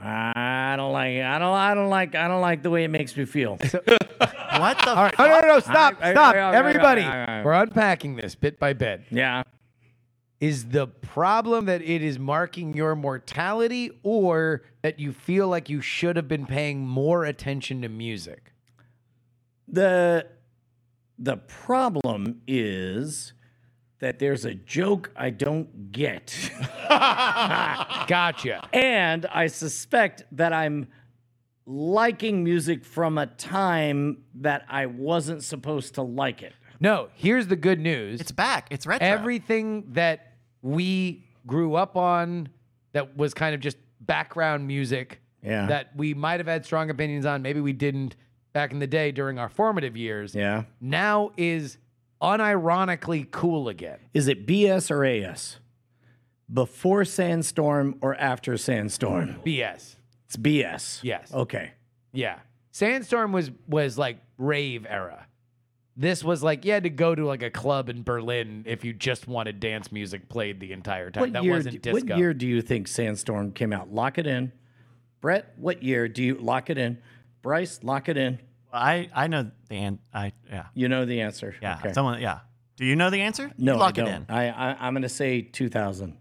[SPEAKER 2] I don't like it. I don't. I don't like. I don't like the way it makes me feel.
[SPEAKER 4] What the?
[SPEAKER 3] Oh no no no! Stop
[SPEAKER 2] I- I-
[SPEAKER 3] stop!
[SPEAKER 2] I- I- I-
[SPEAKER 3] Everybody,
[SPEAKER 2] I- I- I-
[SPEAKER 3] we're unpacking this bit by bit.
[SPEAKER 2] yeah.
[SPEAKER 3] is the problem that it is marking your mortality or that you feel like you should have been paying more attention to music?
[SPEAKER 2] the the problem is that there's a joke I don't get,
[SPEAKER 3] Gotcha.
[SPEAKER 2] and I suspect that I'm liking music from a time that I wasn't supposed to like it.
[SPEAKER 3] No, here's the good news.
[SPEAKER 4] It's back. It's retro.
[SPEAKER 3] everything that we grew up on that was kind of just background music
[SPEAKER 2] Yeah.
[SPEAKER 3] that we might have had strong opinions on, maybe we didn't back in the day during our formative years,
[SPEAKER 2] Yeah.
[SPEAKER 3] now is unironically cool again.
[SPEAKER 2] Is it BS or AS? Before sandstorm or after sandstorm?
[SPEAKER 3] BS.
[SPEAKER 2] It's BS.
[SPEAKER 3] Yes.
[SPEAKER 2] Okay.
[SPEAKER 3] Yeah. Sandstorm was was like rave era. This was like you had to go to like a club in Berlin if you just wanted dance music played the entire time.
[SPEAKER 2] What
[SPEAKER 3] that
[SPEAKER 2] year?
[SPEAKER 3] wasn't
[SPEAKER 2] d-
[SPEAKER 3] disco.
[SPEAKER 2] What year do you think sandstorm came out? Lock it in, Brett. What year do you lock it in? Bryce, lock it in.
[SPEAKER 4] I I know the an- I yeah
[SPEAKER 2] You know the answer.
[SPEAKER 4] yeah
[SPEAKER 2] Okay.
[SPEAKER 4] someone yeah. Do you know the answer?
[SPEAKER 2] no,
[SPEAKER 4] you lock
[SPEAKER 2] I
[SPEAKER 4] it
[SPEAKER 2] don't.
[SPEAKER 4] in.
[SPEAKER 2] I, I I'm gonna say 2000.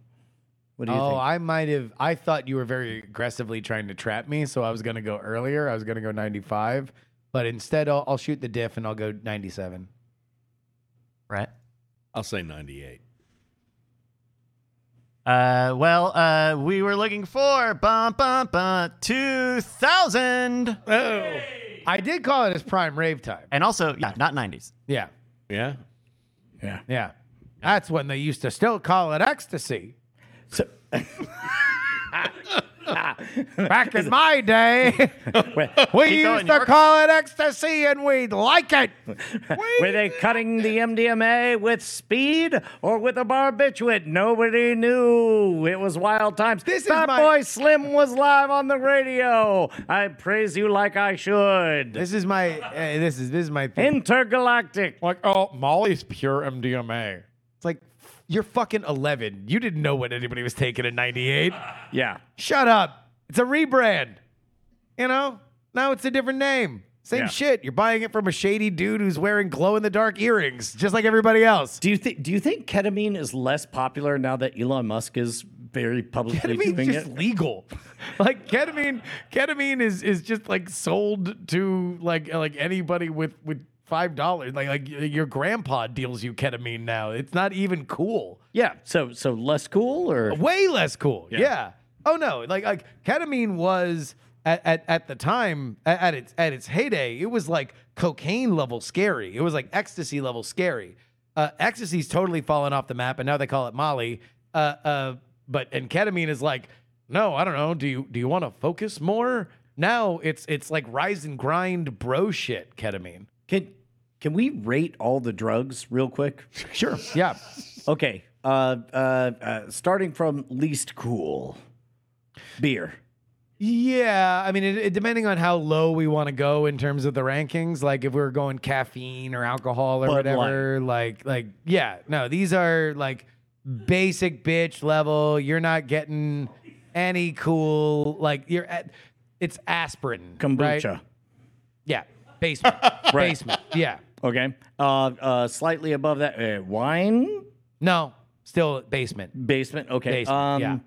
[SPEAKER 2] What do you
[SPEAKER 3] Oh,
[SPEAKER 2] think?
[SPEAKER 3] I might have. I thought you were very aggressively trying to trap me, so I was going to go earlier. I was going to go 95, but instead I'll, I'll shoot the diff and I'll go 97.
[SPEAKER 4] Right.
[SPEAKER 1] I'll say 98.
[SPEAKER 4] Uh, well, uh, we were looking for bum bum bum two thousand,
[SPEAKER 1] Oh.
[SPEAKER 3] I did call it as prime rave time.
[SPEAKER 4] and also yeah, not nineties.
[SPEAKER 3] Yeah,
[SPEAKER 1] Yeah.
[SPEAKER 2] yeah.
[SPEAKER 3] yeah. That's when they used to still call it ecstasy.
[SPEAKER 2] So,
[SPEAKER 3] Back in my day,
[SPEAKER 2] where,
[SPEAKER 3] we
[SPEAKER 4] going,
[SPEAKER 3] used to
[SPEAKER 4] York.
[SPEAKER 3] call it ecstasy and we'd like it.
[SPEAKER 2] were they cutting the MDMA with speed or with a barbiturate? Nobody knew. It was wild times.
[SPEAKER 3] This is
[SPEAKER 2] Fat
[SPEAKER 3] my-
[SPEAKER 2] Boy Slim was live on the radio. I praise you like I should.
[SPEAKER 3] This is my. Uh, this is this is my thing.
[SPEAKER 2] Intergalactic.
[SPEAKER 3] like, oh, Molly's pure MDMA. It's like you're fucking 11. You didn't know what anybody was taking in 98.
[SPEAKER 2] Yeah.
[SPEAKER 3] Shut up. It's a rebrand. You know? Now it's a different name. Same
[SPEAKER 2] Yeah.
[SPEAKER 3] shit. You're buying it from a shady dude who's wearing glow in the dark earrings, just like everybody else.
[SPEAKER 2] Do you think do you think ketamine is less popular now that Elon Musk is very publicly
[SPEAKER 3] Ketamine's
[SPEAKER 2] doing
[SPEAKER 3] just
[SPEAKER 2] it?
[SPEAKER 3] legal. Like ketamine, ketamine is is just like sold to like like anybody with with five dollars. Like like your grandpa deals you ketamine now. It's not even cool.
[SPEAKER 2] Yeah. So so less cool or
[SPEAKER 3] way less cool. Yeah. Oh no, like like ketamine was at, at, at the time at, at its at its heyday, it was like cocaine level scary. It was like ecstasy level scary. Uh, ecstasy's totally fallen off the map, and now they call it Molly. Uh, uh, but and ketamine is like, no, I don't know. Do you do you want to focus more? Now it's it's like rise and grind bro shit. Ketamine.
[SPEAKER 2] can can we rate all the drugs real quick?
[SPEAKER 3] Sure. Yeah.
[SPEAKER 2] Okay. Uh, uh, uh, starting from least cool, beer.
[SPEAKER 3] Yeah, I mean, it, it, depending on how low we want to go in terms of the rankings, like if we were going caffeine or alcohol or
[SPEAKER 2] Bud Light.
[SPEAKER 3] whatever, like, like, yeah, no, these are like basic bitch level. You're not getting any cool, like, you're at, it's aspirin, right?
[SPEAKER 2] Kombucha.
[SPEAKER 3] yeah, basement, basement, yeah,
[SPEAKER 2] Okay. Uh, uh, slightly above that, uh, wine.
[SPEAKER 3] no, still basement.
[SPEAKER 2] Basement. Okay.
[SPEAKER 3] Basement,
[SPEAKER 2] um,
[SPEAKER 3] yeah.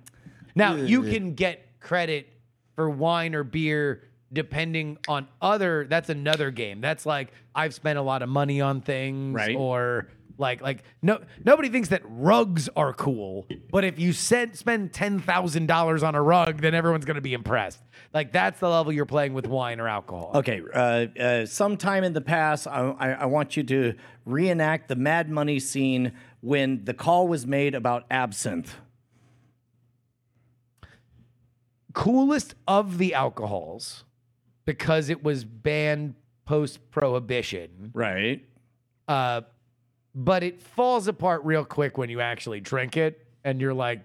[SPEAKER 3] Now you can get credit for wine or beer depending on other. That's another game. That's like I've spent a lot of money on things,
[SPEAKER 2] Right.
[SPEAKER 3] or like like no nobody thinks that rugs are cool. But if you said spend ten thousand dollars on a rug, then everyone's gonna be impressed. Like that's the level you're playing with wine or alcohol.
[SPEAKER 2] Okay. Uh, uh, sometime in the past, I, I, I want you to reenact the Mad Money scene when the call was made about absinthe.
[SPEAKER 3] Coolest of the alcohols, because it was banned post prohibition.
[SPEAKER 2] Right.
[SPEAKER 3] uh, but it falls apart real quick when you actually drink it, and you're like,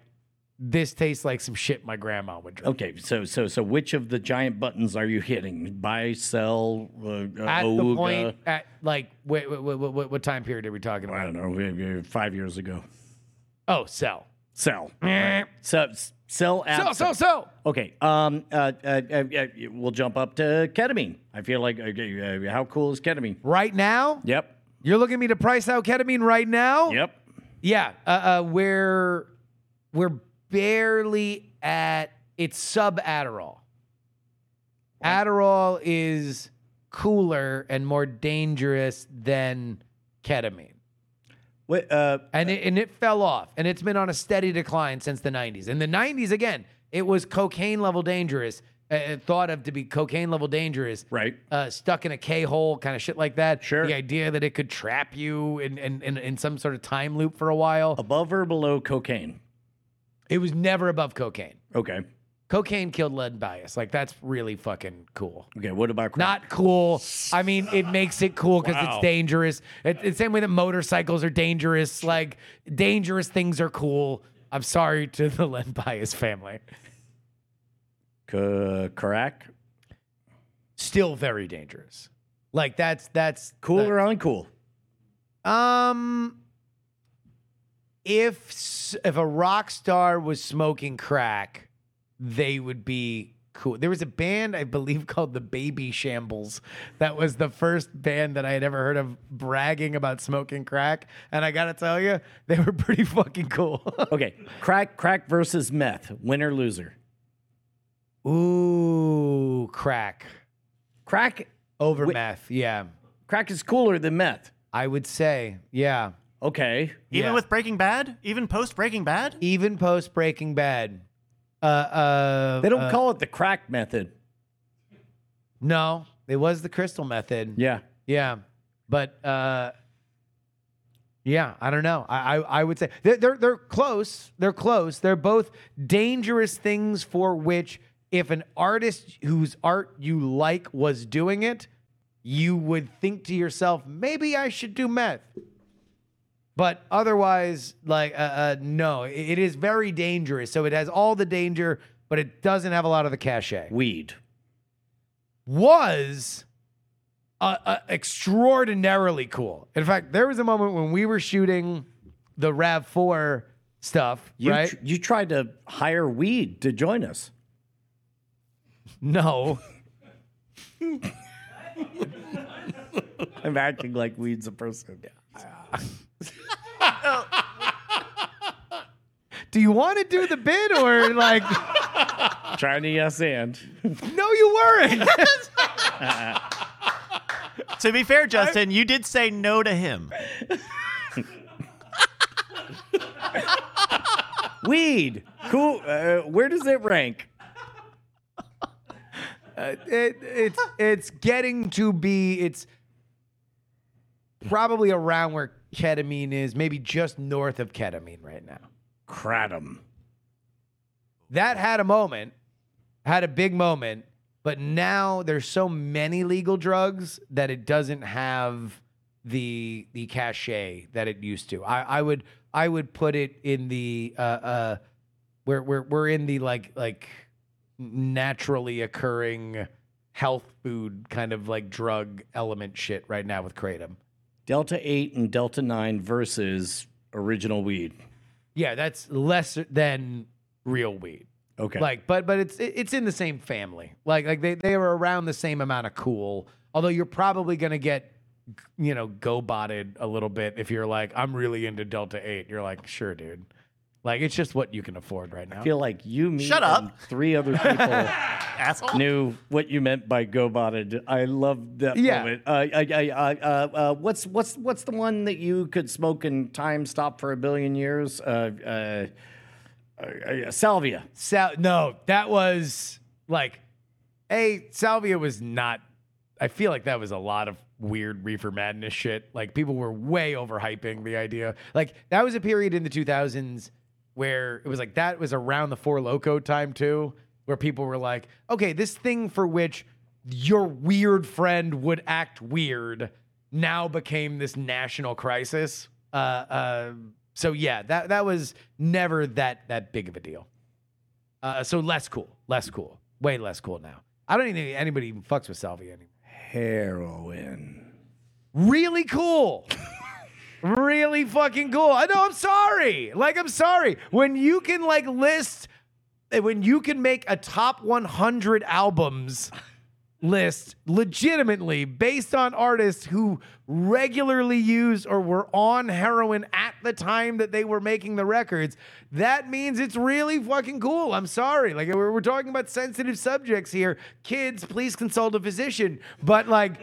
[SPEAKER 3] "This tastes like some shit my grandma would drink."
[SPEAKER 2] Okay. So so so which of the giant buttons are you hitting? Buy, sell, uh,
[SPEAKER 3] At
[SPEAKER 2] Ooga?
[SPEAKER 3] the point, at like, wait, wait, wait, what, what time period are we talking
[SPEAKER 2] I
[SPEAKER 3] about?
[SPEAKER 2] don't know. maybe Five years ago.
[SPEAKER 3] Oh, sell,
[SPEAKER 2] Sell.
[SPEAKER 3] sell,
[SPEAKER 2] So sell absinthe.
[SPEAKER 3] sell, sell.
[SPEAKER 2] Okay. Um. Uh, uh, uh, uh, We'll jump up to ketamine. I feel like okay, uh, how cool is ketamine?
[SPEAKER 3] Right now,
[SPEAKER 2] Yep.
[SPEAKER 3] you're looking at me to price out ketamine right now.
[SPEAKER 2] Yep.
[SPEAKER 3] Yeah, uh, uh, we're we're barely at it's sub Adderall. Adderall is cooler and more dangerous than ketamine,
[SPEAKER 2] Wait, uh,
[SPEAKER 3] and it, and it fell off, and it's been on a steady decline since the '90s. In the '90s, again, it was cocaine level dangerous. uh, thought of to be cocaine level dangerous,
[SPEAKER 1] Right.
[SPEAKER 3] Uh, stuck in a K hole, kind of shit like that.
[SPEAKER 2] Sure.
[SPEAKER 3] The idea that it could trap you in, in, in, in some sort of time loop for a while.
[SPEAKER 2] Above or below cocaine?
[SPEAKER 3] It was never above cocaine.
[SPEAKER 2] Okay.
[SPEAKER 3] Cocaine killed lead bias. Like, that's really fucking cool.
[SPEAKER 2] Okay. What about crack?
[SPEAKER 3] Not cool. I mean, it makes it cool because
[SPEAKER 1] Wow.
[SPEAKER 3] it's dangerous. It, it's the same way that motorcycles are dangerous. Like, dangerous things are cool. I'm sorry to the lead bias family.
[SPEAKER 2] Ca- crack?
[SPEAKER 3] Still very dangerous. Like, that's, that's
[SPEAKER 2] Cool or uncool?
[SPEAKER 3] Um, if s- if a rock star was smoking crack, they would be cool. There was a band I believe called the Baby Shambles. That was the first band that I had ever heard of bragging about smoking crack, and I gotta tell you, they were pretty fucking cool.
[SPEAKER 2] Okay. Crack. Crack versus meth. Winner loser.
[SPEAKER 3] Ooh, crack
[SPEAKER 2] Crack.
[SPEAKER 3] over
[SPEAKER 2] Wait.
[SPEAKER 3] meth. Yeah,
[SPEAKER 2] Crack is cooler than meth.
[SPEAKER 3] I would say. Yeah,
[SPEAKER 2] Okay.
[SPEAKER 4] Even
[SPEAKER 3] Yeah.
[SPEAKER 4] with Breaking Bad? Even post Breaking Bad?
[SPEAKER 3] even post Breaking Bad. Uh, uh,
[SPEAKER 2] They don't
[SPEAKER 3] uh,
[SPEAKER 2] call it the crack method.
[SPEAKER 3] No, it was the crystal method.
[SPEAKER 2] Yeah.
[SPEAKER 3] Yeah, but uh, yeah, I don't know. I I, I would say they're, they're they're close. They're close. They're both dangerous things for which if an artist whose art you like was doing it, you would think to yourself, maybe I should do meth. But otherwise, like uh, uh, no, it, it is very dangerous. So it has all the danger, but it doesn't have a lot of the cachet
[SPEAKER 2] Weed.
[SPEAKER 3] was uh, uh, extraordinarily cool. In fact, there was a moment when we were shooting the Rav Four stuff,
[SPEAKER 2] You,
[SPEAKER 3] right?
[SPEAKER 2] tr- you tried to hire weed to join us.
[SPEAKER 3] no,
[SPEAKER 2] I'm acting like weed's a person.
[SPEAKER 3] do you want to do the bid or like?
[SPEAKER 2] Trying to yes and.
[SPEAKER 3] no, you weren't.
[SPEAKER 4] To be fair, Justin, you did say no to him.
[SPEAKER 2] Weed. Cool. Uh, where does it rank?
[SPEAKER 3] it, it's it's getting to be it's probably around where ketamine is, maybe just north of ketamine right now.
[SPEAKER 2] Kratom.
[SPEAKER 3] that had a moment, had a big moment, but now there's so many legal drugs that it doesn't have the the cachet that it used to. I, I would I would put it in the uh, uh, we're we're we're in the like like naturally occurring health food kind of like drug element shit right now with kratom.
[SPEAKER 2] Delta 8 and Delta 9 versus original weed.
[SPEAKER 3] Yeah, that's lesser than real weed.
[SPEAKER 2] Okay.
[SPEAKER 3] Like, but but it's it- it's in the same family. Like like they they are around the same amount of cool. Although you're probably gonna get you know go botted a little bit if you're like I'm really into Delta Eight. You're like sure, dude. Like it's just what you can afford right now.
[SPEAKER 2] I feel like you, me,
[SPEAKER 4] Shut up.
[SPEAKER 2] and three other people
[SPEAKER 4] Asshole.
[SPEAKER 2] knew what you meant by go botted. I love that
[SPEAKER 3] Yeah.
[SPEAKER 2] moment. Uh, I, I, I, uh, uh, what's what's what's the one that you could smoke and time stop for a billion years? Uh, uh, uh, uh, salvia.
[SPEAKER 3] Sal- no, that was like, a salvia was not. I feel like that was a lot of weird reefer madness shit. Like people were way overhyping the idea. Like that was a period in the 2000s where it was like that was around the four loco time too, where people were like, okay, this thing for which your weird friend would act weird now became this national crisis. Uh, uh, so yeah, that that was never that that big of a deal. Uh, so less cool, less cool, way less cool now. I don't even think anybody even fucks with salvia anymore.
[SPEAKER 2] Heroin.
[SPEAKER 3] Really cool. really fucking cool. I know. I'm sorry. Like I'm sorry. When you can like list, when you can make a top 100 albums list legitimately based on artists who regularly used or were on heroin at the time that they were making the records, that means it's really fucking cool. I'm sorry. Like we're, we're talking about sensitive subjects here. Kids, please consult a physician. But like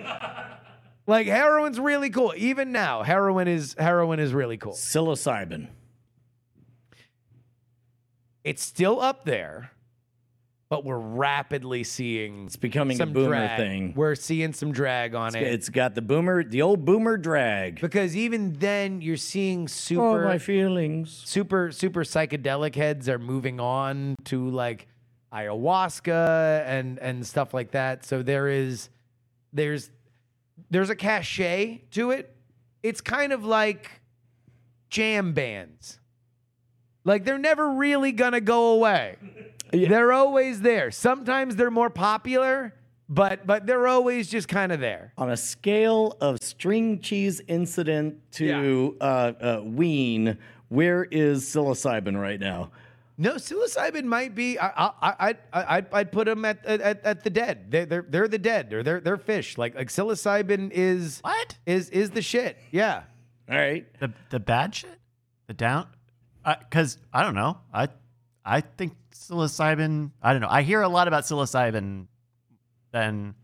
[SPEAKER 3] like heroin's really cool. Even now, heroin is heroin is really cool.
[SPEAKER 2] Psilocybin.
[SPEAKER 3] It's still up there, but we're rapidly seeing it's
[SPEAKER 2] becoming a boomer thing.
[SPEAKER 3] We're seeing some drag on it.
[SPEAKER 2] It's got the boomer, the old boomer drag.
[SPEAKER 3] because even then you're seeing
[SPEAKER 2] Oh,
[SPEAKER 3] super
[SPEAKER 2] my feelings.
[SPEAKER 3] super super psychedelic heads are moving on to like ayahuasca and and stuff like that so there is there's there's a cachet to it it's kind of like jam bands like they're never really gonna go away they're always there sometimes they're more popular but but they're always just kind of there
[SPEAKER 2] On a scale of string cheese incident to uh, uh, wean, where is psilocybin right now?
[SPEAKER 3] No, psilocybin might be. I I I I I'd, I'd put them at, at at the dead. They're they're they're the dead. Or they're they're fish. Like like psilocybin is
[SPEAKER 4] What?
[SPEAKER 3] is is the shit. Yeah.
[SPEAKER 2] All right.
[SPEAKER 4] The the bad shit? The down? Because I don't know. I I think psilocybin. I don't know. I hear a lot about psilocybin. Then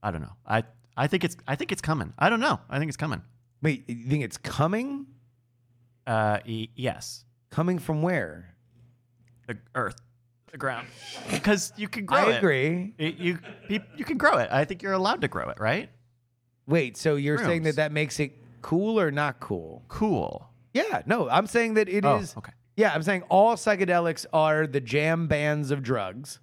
[SPEAKER 4] I don't know. I I think it's I think it's coming. I don't know. I think it's coming.
[SPEAKER 3] Wait, you think it's coming?
[SPEAKER 4] Uh, e- yes,
[SPEAKER 3] Coming from where?
[SPEAKER 4] the earth, the ground, because you can grow
[SPEAKER 3] I
[SPEAKER 4] it.
[SPEAKER 3] agree.
[SPEAKER 4] It- you you- you can grow it. I think you're allowed to grow it, right?
[SPEAKER 3] Wait, so you're saying that
[SPEAKER 4] Rooms.
[SPEAKER 3] that makes it cool or not cool?
[SPEAKER 4] Cool.
[SPEAKER 3] Yeah. No, I'm saying that it is.
[SPEAKER 4] Oh, okay.
[SPEAKER 3] Yeah, I'm saying all psychedelics are the jam bands of drugs.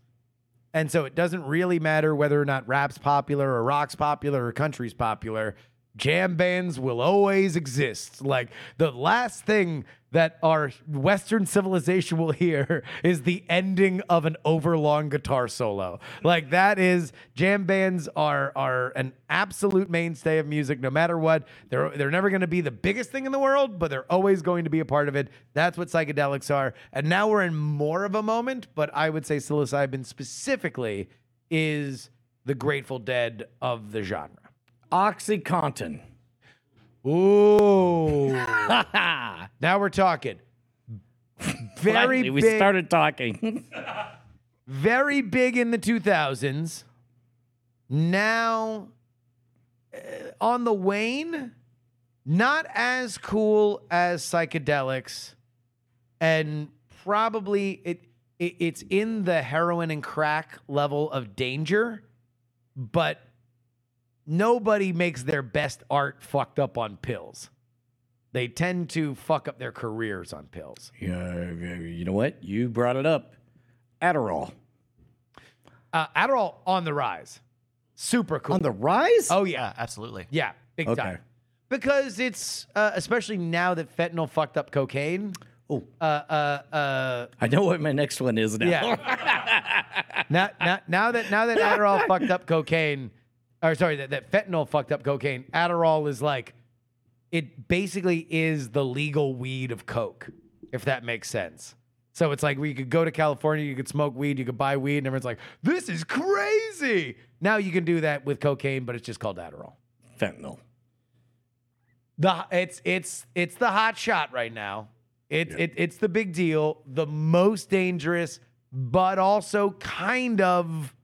[SPEAKER 3] And so it doesn't really matter whether or not rap's popular or rock's popular or country's popular. Jam bands will always exist. Like the last thing that our Western civilization will hear is the ending of an overlong guitar solo. Like that is jam bands are are an absolute mainstay of music, no matter what. They're they're never going to be the biggest thing in the world, but they're always going to be a part of it. That's what psychedelics are. And now we're in more of a moment, but I would say psilocybin specifically is the Grateful Dead of the genre.
[SPEAKER 2] Oxycontin.
[SPEAKER 3] Ooh. now we're talking. Very
[SPEAKER 2] Finally, we
[SPEAKER 3] big,
[SPEAKER 2] started talking.
[SPEAKER 3] very big in the 2000s. Now uh, on the wane, not as cool as psychedelics and probably it, it it's in the heroin and crack level of danger, but nobody makes their best art fucked up on pills. They tend to fuck up their careers on pills.
[SPEAKER 2] Yeah, you know what? You brought it up. Adderall
[SPEAKER 3] Uh, Adderall on the rise. Super cool.
[SPEAKER 2] on the rise.
[SPEAKER 3] oh yeah.
[SPEAKER 4] Yeah, absolutely.
[SPEAKER 3] Yeah, big
[SPEAKER 2] Okay.
[SPEAKER 3] time. Because it's uh, especially now that fentanyl fucked up cocaine.
[SPEAKER 2] Oh.
[SPEAKER 3] Uh, uh, uh,
[SPEAKER 2] I know what my next one is now.
[SPEAKER 3] yeah. now, now, now that now that Adderall fucked up cocaine, or sorry, that, that fentanyl fucked up cocaine. Adderall is like, it basically is the legal weed of coke, if that makes sense. So it's like we could go to California, you could smoke weed, you could buy weed, and everyone's like, "This is crazy." Now you can do that with cocaine, but it's just called Adderall.
[SPEAKER 2] Fentanyl.
[SPEAKER 3] The it's it's it's the hot shot right now. It, it it's the big deal, the most dangerous, but also kind of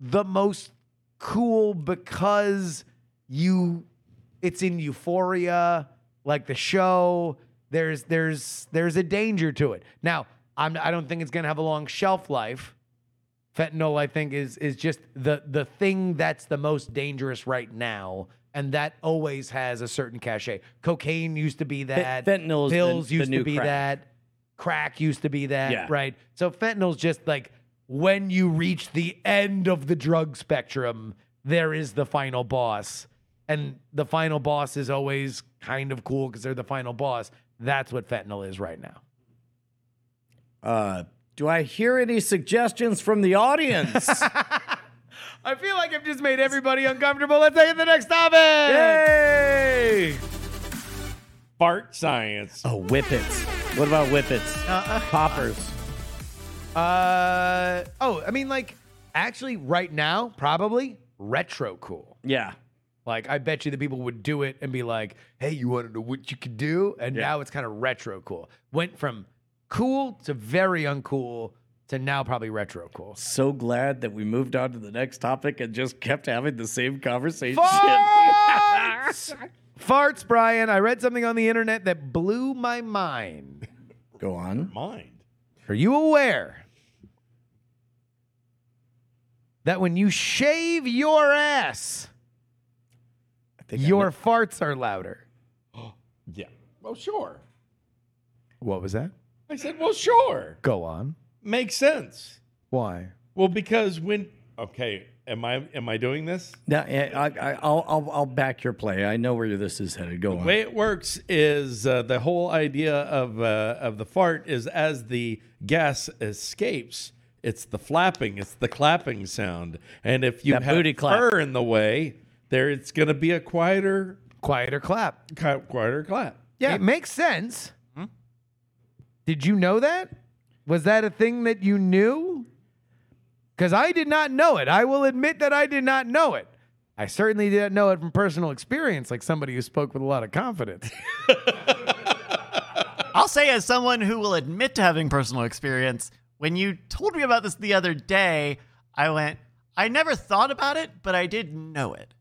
[SPEAKER 3] the most cool because you it's in euphoria, like the show. There's there's there's a danger to it. Now, I'm I don't think it's gonna have a long shelf life. Fentanyl, I think, is is just the the thing that's the most dangerous right now, and that always has a certain cachet. Cocaine used to be that.
[SPEAKER 2] fentanyl is the-
[SPEAKER 3] pills
[SPEAKER 2] the
[SPEAKER 3] used to
[SPEAKER 2] new
[SPEAKER 3] be
[SPEAKER 2] crack.
[SPEAKER 3] that. Crack used to be that.
[SPEAKER 2] Yeah.
[SPEAKER 3] Right. So fentanyl's just like when you reach the end of the drug spectrum, there is the final boss, and the final boss is always kind of cool because they're the final boss. That's what fentanyl is right now.
[SPEAKER 2] Uh, do I hear any suggestions from the audience?
[SPEAKER 3] I feel like I've just made everybody uncomfortable. Let's take it to the next topic.
[SPEAKER 1] Hey! Fart science.
[SPEAKER 2] oh, whippets. What about whippets?
[SPEAKER 3] Uh-uh.
[SPEAKER 2] Poppers.
[SPEAKER 3] Uh oh, I mean like actually right now probably retro cool.
[SPEAKER 2] Yeah.
[SPEAKER 3] Like I bet you the people would do it and be like, "Hey, you want to know what you could do?" And now it's kind of retro cool. Went from cool to very uncool to now probably retro cool.
[SPEAKER 2] So glad that we moved on to the next topic and just kept having the same conversation.
[SPEAKER 3] Farts! Farts, Brian. I read something on the internet that blew my mind.
[SPEAKER 2] Go on.
[SPEAKER 1] Mind.
[SPEAKER 3] Are you aware that when you shave your ass,
[SPEAKER 2] I think I
[SPEAKER 3] your
[SPEAKER 2] kn-
[SPEAKER 3] farts are louder.
[SPEAKER 1] Yeah. Well, sure.
[SPEAKER 3] What was that?
[SPEAKER 1] I said, well, sure.
[SPEAKER 3] Go on.
[SPEAKER 1] Makes sense.
[SPEAKER 3] Why?
[SPEAKER 1] Well, because when okay, am I am I doing this?
[SPEAKER 2] No, yeah, eh, I, I, I'll, I'll, I'll back your play. I know where this is headed. Go
[SPEAKER 1] The
[SPEAKER 2] on.
[SPEAKER 1] way it works is uh, the whole idea of uh, of the fart is as the gas escapes, it's the flapping, it's the clapping sound, and if you
[SPEAKER 2] That
[SPEAKER 1] have
[SPEAKER 2] booty clap.
[SPEAKER 1] fur in the way, there it's going to be a quieter
[SPEAKER 3] Quieter clap.
[SPEAKER 1] qui- quieter clap.
[SPEAKER 3] Yeah. It makes sense. Did you know that? Was that a thing that you knew? Because I did not know it. I will admit that I did not know it. I certainly did not know it from personal experience, like somebody who spoke with a lot of confidence.
[SPEAKER 4] I'll say, as someone who will admit to having personal experience, when you told me about this the other day, I went, I never thought about it, but I did know it.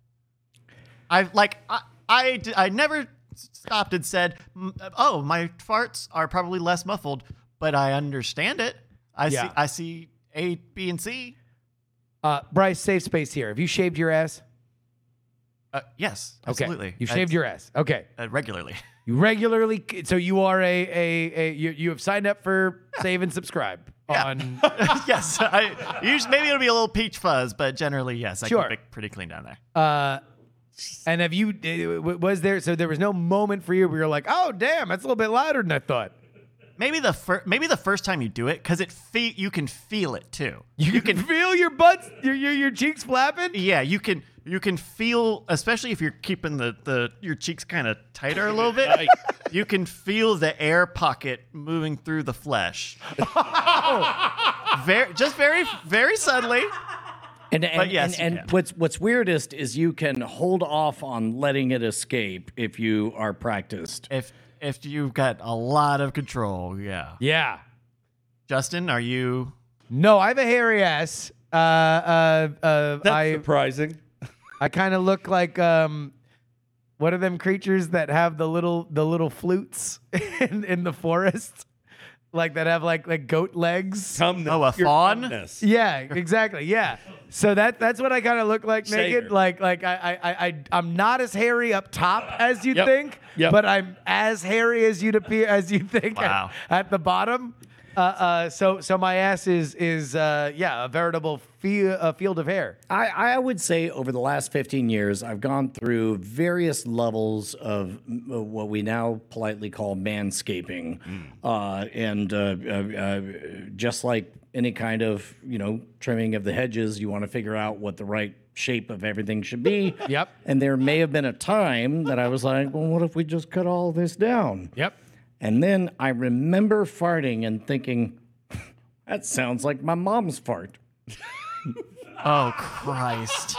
[SPEAKER 4] I've like, I, I, d- I never s- stopped and said, "Mm, oh, my farts are probably less muffled, but I understand it. I see,
[SPEAKER 3] Yeah.
[SPEAKER 4] I see A, B, and C.
[SPEAKER 3] Uh, Bryce, safe space here. Have you shaved your ass?
[SPEAKER 4] Uh, yes,
[SPEAKER 3] Okay.
[SPEAKER 4] absolutely.
[SPEAKER 3] You shaved
[SPEAKER 4] Uh,
[SPEAKER 3] your ass. Okay.
[SPEAKER 4] uh, regularly.
[SPEAKER 3] You regularly, so you are a, a, a you, you have signed up for save and subscribe on.
[SPEAKER 4] yes, I usually, maybe it'll be a little peach fuzz, but generally, yes, I
[SPEAKER 3] Sure.
[SPEAKER 4] can pick pretty clean down there.
[SPEAKER 3] Uh, and have you, uh, w- was there, so there was no moment for you where you're like, oh, damn, that's a little bit louder than I thought.
[SPEAKER 4] Maybe the first, maybe the first time you do it, because it fe- you can feel it too.
[SPEAKER 3] You, can feel your butts, your, your, your cheeks flapping?
[SPEAKER 4] Yeah, you can you can feel, especially if you're keeping the, the your cheeks kind of tighter a little bit. you can feel the air pocket moving through the flesh. very, just very, very subtly.
[SPEAKER 2] And and,
[SPEAKER 4] yes, you
[SPEAKER 2] and,
[SPEAKER 4] can.
[SPEAKER 2] and what's what's weirdest is you can hold off on letting it escape if you are practiced.
[SPEAKER 4] If if you've got a lot of control, yeah.
[SPEAKER 3] Yeah.
[SPEAKER 4] Justin, are you?
[SPEAKER 3] No, I have a hairy ass. Uh, uh, uh,
[SPEAKER 1] That's
[SPEAKER 3] I,
[SPEAKER 1] surprising.
[SPEAKER 3] I kind of look like, um, what are them creatures that have the little, the little flutes in, in the forest? Like that have like, like goat legs?
[SPEAKER 1] Come
[SPEAKER 4] Oh, a fawn?
[SPEAKER 3] Yeah, exactly. Yeah. So that that's what I kind of look like naked.
[SPEAKER 1] Shaver.
[SPEAKER 3] Like like I I I- I I'm not as hairy up top as you
[SPEAKER 1] Yep.
[SPEAKER 3] think,
[SPEAKER 1] Yep.
[SPEAKER 3] but I'm as hairy as you'd appear as you think at-
[SPEAKER 4] Wow.
[SPEAKER 3] at, the bottom. Uh, uh, so so my ass is is uh, yeah a veritable fe- a field of hair.
[SPEAKER 2] I, I would say over the last 15 years, I've gone through various levels of m- uh, what we now politely call manscaping.
[SPEAKER 4] Hmm.
[SPEAKER 2] Uh, and uh, uh, uh, just like any kind of, you know, trimming of the hedges, you want to figure out what the right shape of everything should be.
[SPEAKER 3] Yep.
[SPEAKER 2] And there may have been a time that I was like, well, what if we just cut all this down?
[SPEAKER 3] Yep.
[SPEAKER 2] And then I remember farting and thinking, that sounds like my mom's fart.
[SPEAKER 4] Oh Christ!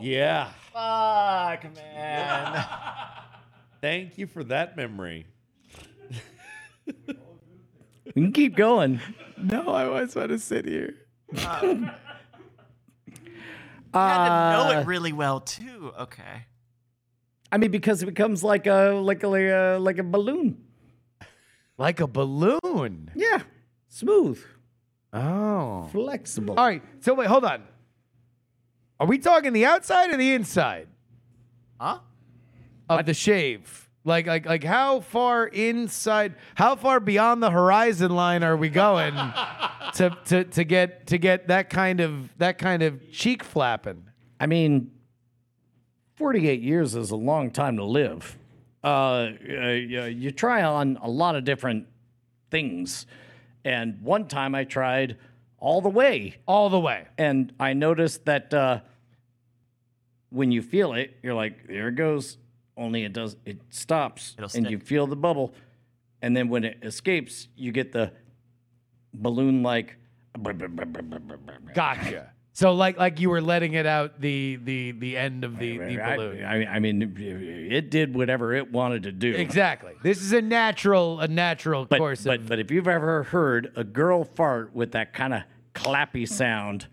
[SPEAKER 1] Yeah.
[SPEAKER 4] Fuck, man.
[SPEAKER 1] Thank you for that memory.
[SPEAKER 2] We can keep going.
[SPEAKER 3] No, I always want to sit here.
[SPEAKER 2] Uh,
[SPEAKER 4] had to know it really well too. Okay.
[SPEAKER 2] I mean, because it becomes like a like a like a, like a balloon.
[SPEAKER 3] Like a balloon.
[SPEAKER 2] Yeah, smooth,
[SPEAKER 3] Oh.
[SPEAKER 2] flexible.
[SPEAKER 3] All right. So wait, hold on. Are we talking the outside or the inside?
[SPEAKER 4] Huh?
[SPEAKER 3] of the shave? Like, like, like, how far inside? How far beyond the horizon line are we going to, to to get to get that kind of that kind of cheek flapping?
[SPEAKER 2] I mean, forty-eight years is a long time to live. Uh, uh, you, you try on a lot of different things, and one time I tried all the way,
[SPEAKER 3] All the way.
[SPEAKER 2] and I noticed that uh, when you feel it, you're like, there it goes. Only it does it stops,
[SPEAKER 4] It'll
[SPEAKER 2] and you
[SPEAKER 4] stick.
[SPEAKER 2] feel the bubble, and then when it escapes, you get the balloon like.
[SPEAKER 3] Gotcha. So like like you were letting it out the the the end of the, the
[SPEAKER 2] I,
[SPEAKER 3] balloon.
[SPEAKER 2] I, I mean, it did whatever it wanted to do.
[SPEAKER 3] Exactly. This is a natural a natural
[SPEAKER 2] But,
[SPEAKER 3] course
[SPEAKER 2] but,
[SPEAKER 3] of
[SPEAKER 2] but if you've ever heard a girl fart with that kind of clappy sound,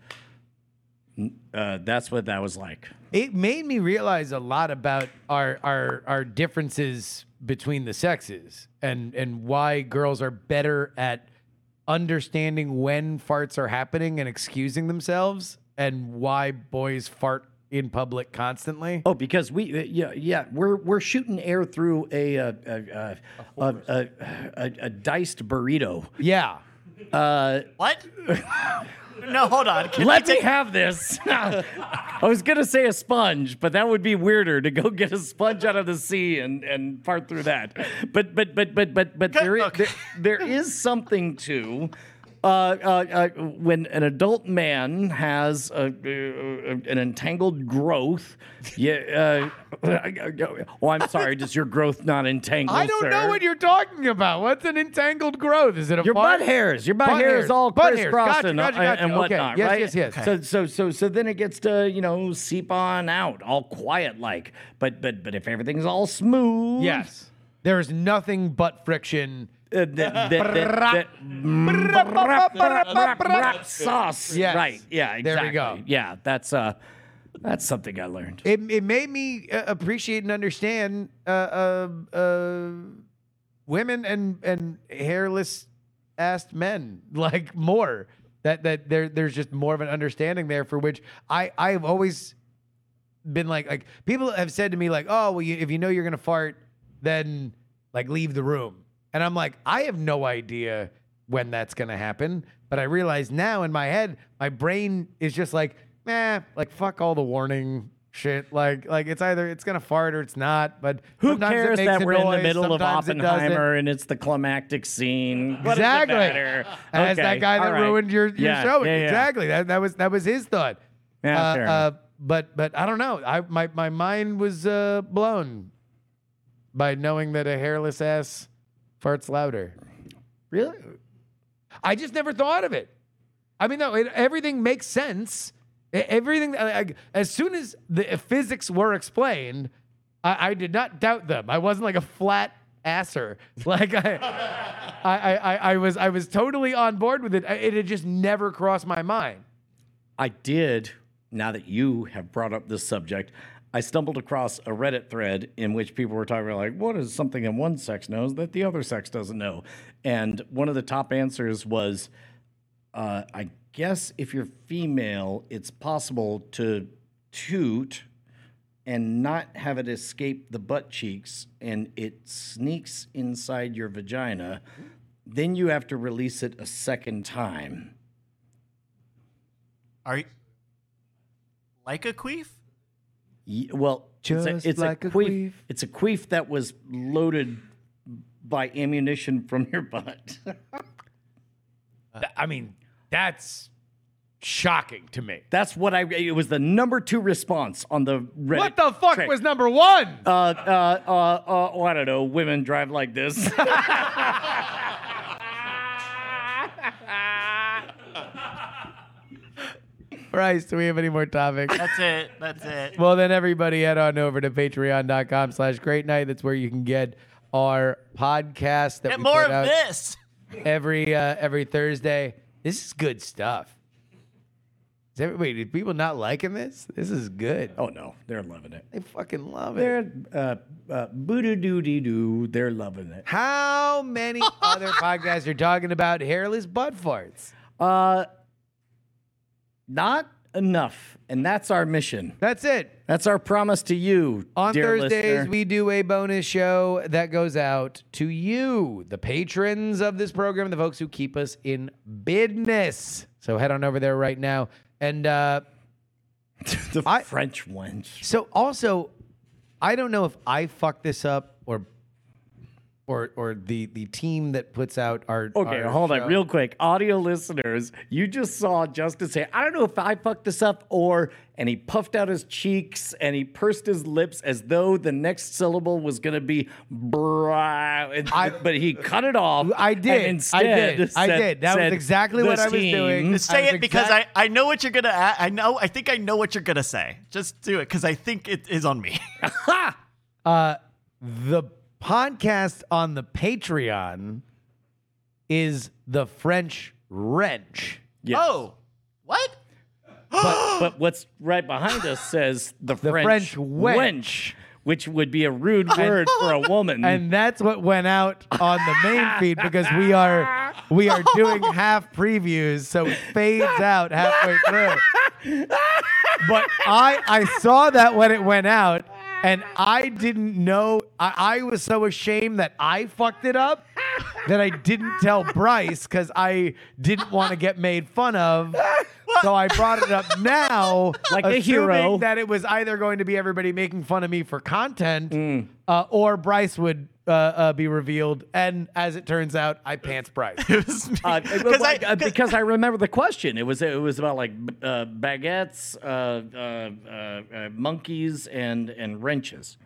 [SPEAKER 2] n- uh, that's what that was like.
[SPEAKER 3] it made me realize a lot about our our our differences between the sexes and and why girls are better at understanding when farts are happening and excusing themselves and why boys fart in public constantly.
[SPEAKER 2] Oh, because we uh, yeah yeah we're we're shooting air through a uh, uh, uh, a, a, a, a diced burrito.
[SPEAKER 3] Yeah.
[SPEAKER 4] What? no, hold on. Can
[SPEAKER 2] Let me have this. I was gonna say a sponge, but that would be weirder to go get a sponge out of the sea and and part through that. But but but but but but there is
[SPEAKER 4] Okay.
[SPEAKER 2] there, there is something to. Uh, uh, uh, when an adult man has a, uh, uh, an entangled growth, yeah. Uh, oh, I'm sorry. Does your growth not entangle?
[SPEAKER 3] I don't know
[SPEAKER 2] sir?
[SPEAKER 3] what you're talking about. What's an entangled growth? Is it a
[SPEAKER 2] Your
[SPEAKER 3] fart?
[SPEAKER 2] butt hairs, your butt,
[SPEAKER 3] Butt
[SPEAKER 2] hair
[SPEAKER 3] hairs,
[SPEAKER 2] is all
[SPEAKER 3] butt hairs.
[SPEAKER 2] crisscrossed
[SPEAKER 3] Gotcha,
[SPEAKER 2] and,
[SPEAKER 3] gotcha, gotcha.
[SPEAKER 2] and
[SPEAKER 3] Okay.
[SPEAKER 2] whatnot,
[SPEAKER 3] Yes,
[SPEAKER 2] right?
[SPEAKER 3] yes, yes.
[SPEAKER 2] So, so, so, so then it gets to you know seep on out, all quiet like. But, but, but if everything's all smooth,
[SPEAKER 3] Yes. There is nothing but friction.
[SPEAKER 2] uh, th- th- th- th- mm, brap, brap, brap, brap, sauce.
[SPEAKER 3] Yes.
[SPEAKER 2] Right. Yeah. Exactly.
[SPEAKER 3] There we go.
[SPEAKER 2] Yeah. That's uh, that's something I learned.
[SPEAKER 3] It, it made me uh, appreciate and understand uh, uh, uh, women and and hairless assed men like more. That that there there's just more of an understanding there for which I I have always been like like people have said to me like oh well you, if you know you're gonna fart then like leave the room and I'm like I have no idea when that's gonna happen but I realize now in my head my brain is just like nah like fuck all the warning shit like like it's either it's gonna fart or it's not but
[SPEAKER 2] Who
[SPEAKER 3] sometimes it
[SPEAKER 2] cares
[SPEAKER 3] makes
[SPEAKER 2] that
[SPEAKER 3] a
[SPEAKER 2] we're in
[SPEAKER 3] noise,
[SPEAKER 2] the middle of
[SPEAKER 3] sometimes it doesn't.
[SPEAKER 2] Oppenheimer and it's the climactic scene? What does it
[SPEAKER 3] Exactly.
[SPEAKER 2] matter?
[SPEAKER 3] As
[SPEAKER 2] Okay,
[SPEAKER 3] that guy that
[SPEAKER 2] all right.
[SPEAKER 3] ruined your, your
[SPEAKER 2] Yeah,
[SPEAKER 3] show.
[SPEAKER 2] yeah, yeah.
[SPEAKER 3] Exactly. That that was that was his thought.
[SPEAKER 2] Yeah,
[SPEAKER 3] Uh,
[SPEAKER 2] fair
[SPEAKER 3] uh,
[SPEAKER 2] enough.
[SPEAKER 3] but but I don't know. I my my mind was uh, blown by knowing that a hairless ass farts louder.
[SPEAKER 2] Really?
[SPEAKER 3] I just never thought of it. I mean, no, it, everything makes sense. E- Everything like, as soon as the physics were explained, I, I did not doubt them. I wasn't like a flat asser. Like I, I, I, I, I was, I was totally on board with it. I- It had just never crossed my mind.
[SPEAKER 2] I did, now that you have brought up this subject, I stumbled across a Reddit thread in which people were talking about, like, what is something that one sex knows that the other sex doesn't know? And one of the top answers was, uh, I guess if you're female, it's possible to toot and not have it escape the butt cheeks and it sneaks inside your vagina. Then you have to release it a second time.
[SPEAKER 4] Are you like a queef?
[SPEAKER 2] Ye- well, it's
[SPEAKER 3] Just
[SPEAKER 2] a, it's
[SPEAKER 3] like
[SPEAKER 2] a,
[SPEAKER 3] a
[SPEAKER 2] queef,
[SPEAKER 3] queef.
[SPEAKER 2] It's a queef that was loaded by ammunition from your butt.
[SPEAKER 3] Uh, Th- I mean, that's shocking to me.
[SPEAKER 2] That's what I. It was the number two response on the Reddit.
[SPEAKER 3] What the fuck
[SPEAKER 2] trend.
[SPEAKER 3] was number one?
[SPEAKER 2] Uh, uh, uh, uh, oh, I don't know. Women drive like this.
[SPEAKER 3] Bryce, do we have any more topics?
[SPEAKER 4] That's it. That's it.
[SPEAKER 3] Well, then everybody head on over to patreon.com slash great night. That's where you can get our podcast that
[SPEAKER 4] Get
[SPEAKER 3] we
[SPEAKER 4] more
[SPEAKER 3] put
[SPEAKER 4] of
[SPEAKER 3] out
[SPEAKER 4] this.
[SPEAKER 3] every uh, every Thursday. This is good stuff. Is everybody, did people not liking this? This is good.
[SPEAKER 2] oh no, they're loving it.
[SPEAKER 3] They fucking love it.
[SPEAKER 2] They're uh, uh, boo doo doo doo. They're loving it.
[SPEAKER 3] How many other podcasts are talking about hairless butt farts?
[SPEAKER 2] Uh, not enough, and that's our mission.
[SPEAKER 3] That's it.
[SPEAKER 2] That's our promise to you.
[SPEAKER 3] On
[SPEAKER 2] dear
[SPEAKER 3] Thursdays,
[SPEAKER 2] listener.
[SPEAKER 3] we do a bonus show that goes out to you, the patrons of this program, the folks who keep us in business. So head on over there right now. And uh,
[SPEAKER 2] the
[SPEAKER 3] I-
[SPEAKER 2] French wench.
[SPEAKER 3] so also, I don't know if I fucked this up or or or the the team that puts out our
[SPEAKER 2] Okay,
[SPEAKER 3] our
[SPEAKER 2] hold
[SPEAKER 3] show.
[SPEAKER 2] on, real quick. Audio listeners, you just saw Justin say, I don't know if I fucked this up or, and he puffed out his cheeks and he pursed his lips as though the next syllable was going to be, brah, and- but he cut it off.
[SPEAKER 3] I did,
[SPEAKER 2] and
[SPEAKER 3] I
[SPEAKER 2] instead
[SPEAKER 3] did, I
[SPEAKER 2] said-
[SPEAKER 3] did. That was
[SPEAKER 2] said,
[SPEAKER 3] exactly what
[SPEAKER 2] "The
[SPEAKER 3] I was doing."
[SPEAKER 2] team."
[SPEAKER 3] This-
[SPEAKER 4] Say
[SPEAKER 3] was
[SPEAKER 4] it because I, I know what you're gonna. a- I know. I think I know what you're gonna say. Just do it because I think it is on me.
[SPEAKER 3] the podcast on the Patreon is the French wrench.
[SPEAKER 2] Yes.
[SPEAKER 4] Oh, what?
[SPEAKER 2] But, but what's right behind us says the,
[SPEAKER 3] French wench.
[SPEAKER 2] wench, which would be a rude word for a woman.
[SPEAKER 3] and that's what went out on the main feed because we are we are doing half previews, so it fades out halfway through. But I I saw that when it went out, and I didn't know. I, I was so ashamed that I fucked it up that I didn't tell Bryce because I didn't want to get made fun of. So I brought it up now,
[SPEAKER 2] Like a
[SPEAKER 3] assuming
[SPEAKER 2] hero.
[SPEAKER 3] that it was either going to be everybody making fun of me for content
[SPEAKER 2] Mm.
[SPEAKER 3] uh, or Bryce would uh, uh, be revealed. And as it turns out, I pants Bryce.
[SPEAKER 2] Uh,
[SPEAKER 4] Because I-
[SPEAKER 2] like, uh, because I remember the question. It was it was about like b- uh, baguettes, uh, uh, uh, uh, monkeys, and and wrenches.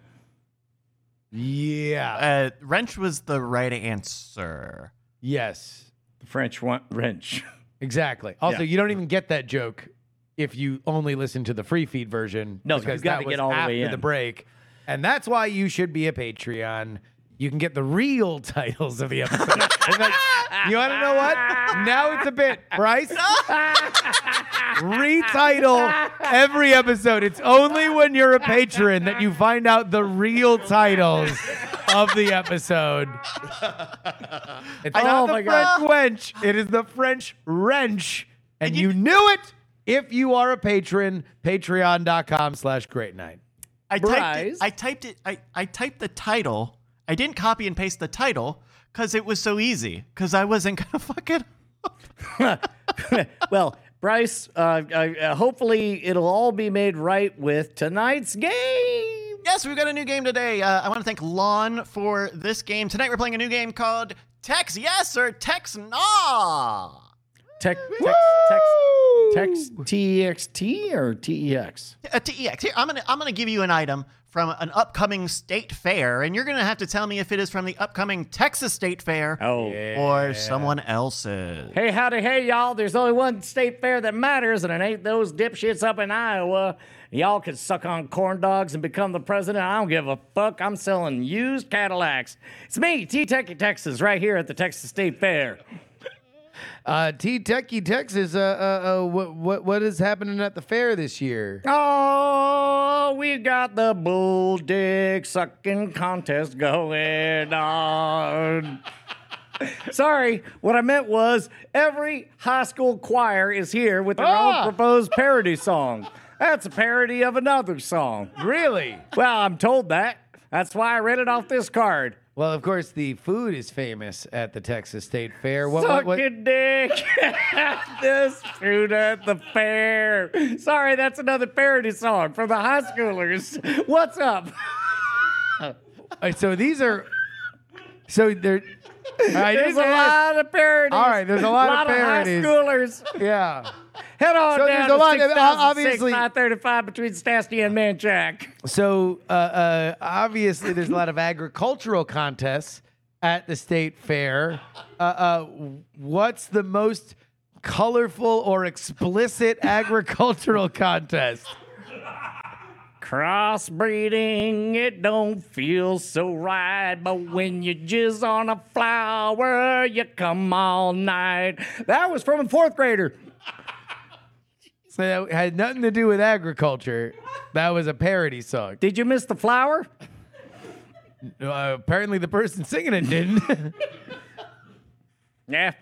[SPEAKER 3] yeah.
[SPEAKER 4] Uh, wrench was the right answer.
[SPEAKER 3] Yes.
[SPEAKER 2] The French wa- wrench.
[SPEAKER 3] Exactly. Also,
[SPEAKER 2] Yeah.
[SPEAKER 3] you don't even get that joke if you only listen to the free feed version.
[SPEAKER 2] No,
[SPEAKER 3] because
[SPEAKER 2] you gotta
[SPEAKER 3] that was
[SPEAKER 2] get all the
[SPEAKER 3] after
[SPEAKER 2] way
[SPEAKER 3] the
[SPEAKER 2] in.
[SPEAKER 3] break, and that's why you should be a Patreon. You can get the real titles of the episode. And that- you want to know what? Now it's a bit, Bryce. Retitle every episode. It's only when you're a patron that you find out the real titles of the episode. It's
[SPEAKER 2] Oh
[SPEAKER 3] not
[SPEAKER 2] my
[SPEAKER 3] the
[SPEAKER 2] God.
[SPEAKER 3] French wench. It is the French wrench. And you knew it if you are a patron. Patreon.com slash great night.
[SPEAKER 4] I typed it,
[SPEAKER 2] Bryce?
[SPEAKER 4] I typed it. I, I typed the title. I didn't copy and paste the title because it was so easy. Because I wasn't gonna fuck it.
[SPEAKER 2] well, Bryce, uh, I, uh, hopefully it'll all be made right with tonight's game.
[SPEAKER 4] Yes, we've got a new game today. Uh, I want to thank Lon for this game tonight. We're playing a new game called Text Yes or Text Nah. Uh,
[SPEAKER 2] Tech, text, text, text, TXT E or E TEX?
[SPEAKER 4] Uh, TEX. Here, I'm gonna I'm gonna give you an item from an upcoming state fair, and you're gonna have to tell me if it is from the upcoming Texas State Fair
[SPEAKER 2] Oh.
[SPEAKER 4] or someone else's.
[SPEAKER 2] Hey, howdy, hey, y'all. There's only one state fair that matters, and it ain't those dipshits up in Iowa. Y'all can suck on corn dogs and become the president. I don't give a fuck. I'm selling used Cadillacs. It's me, T Techie Texas, right here at the Texas State Fair.
[SPEAKER 3] Uh, T Techie Texas, uh, uh, uh, what, what, what is happening at the fair this year?
[SPEAKER 2] Oh, we got the bull dick sucking contest going on. Sorry, what I meant was every high school choir is here with their
[SPEAKER 3] Ah.
[SPEAKER 2] own proposed parody song. That's a parody of another song.
[SPEAKER 3] Really?
[SPEAKER 2] Well, I'm told that. That's why I read it off this card.
[SPEAKER 3] Well, of course, the food is famous at the Texas State Fair. What,
[SPEAKER 2] Suck
[SPEAKER 3] what, what-
[SPEAKER 2] your dick at this food at the fair. Sorry, that's another parody song for the high schoolers. What's up?
[SPEAKER 3] All right, so these are. So they're. I
[SPEAKER 2] There's
[SPEAKER 3] just
[SPEAKER 2] a
[SPEAKER 3] asked-
[SPEAKER 2] lot of parodies.
[SPEAKER 3] All right, there's a lot of parodies.
[SPEAKER 2] of high schoolers.
[SPEAKER 3] Yeah.
[SPEAKER 2] Head on
[SPEAKER 3] So
[SPEAKER 2] down
[SPEAKER 3] there's a
[SPEAKER 2] to
[SPEAKER 3] lot-
[SPEAKER 2] 6006
[SPEAKER 3] obviously-
[SPEAKER 2] 535 between Stasty and Manchac.
[SPEAKER 3] So uh, uh, obviously, there's a lot of agricultural contests at the state fair. Uh, uh, what's the most colorful or explicit agricultural contest?
[SPEAKER 2] Crossbreeding, it don't feel so right, but when you jizz on a flower, you come all night. That was from a fourth grader.
[SPEAKER 3] So that had nothing to do with agriculture. That was a parody song.
[SPEAKER 2] Did you miss the flower?
[SPEAKER 3] Uh, apparently, the person singing it didn't.
[SPEAKER 2] Yeah.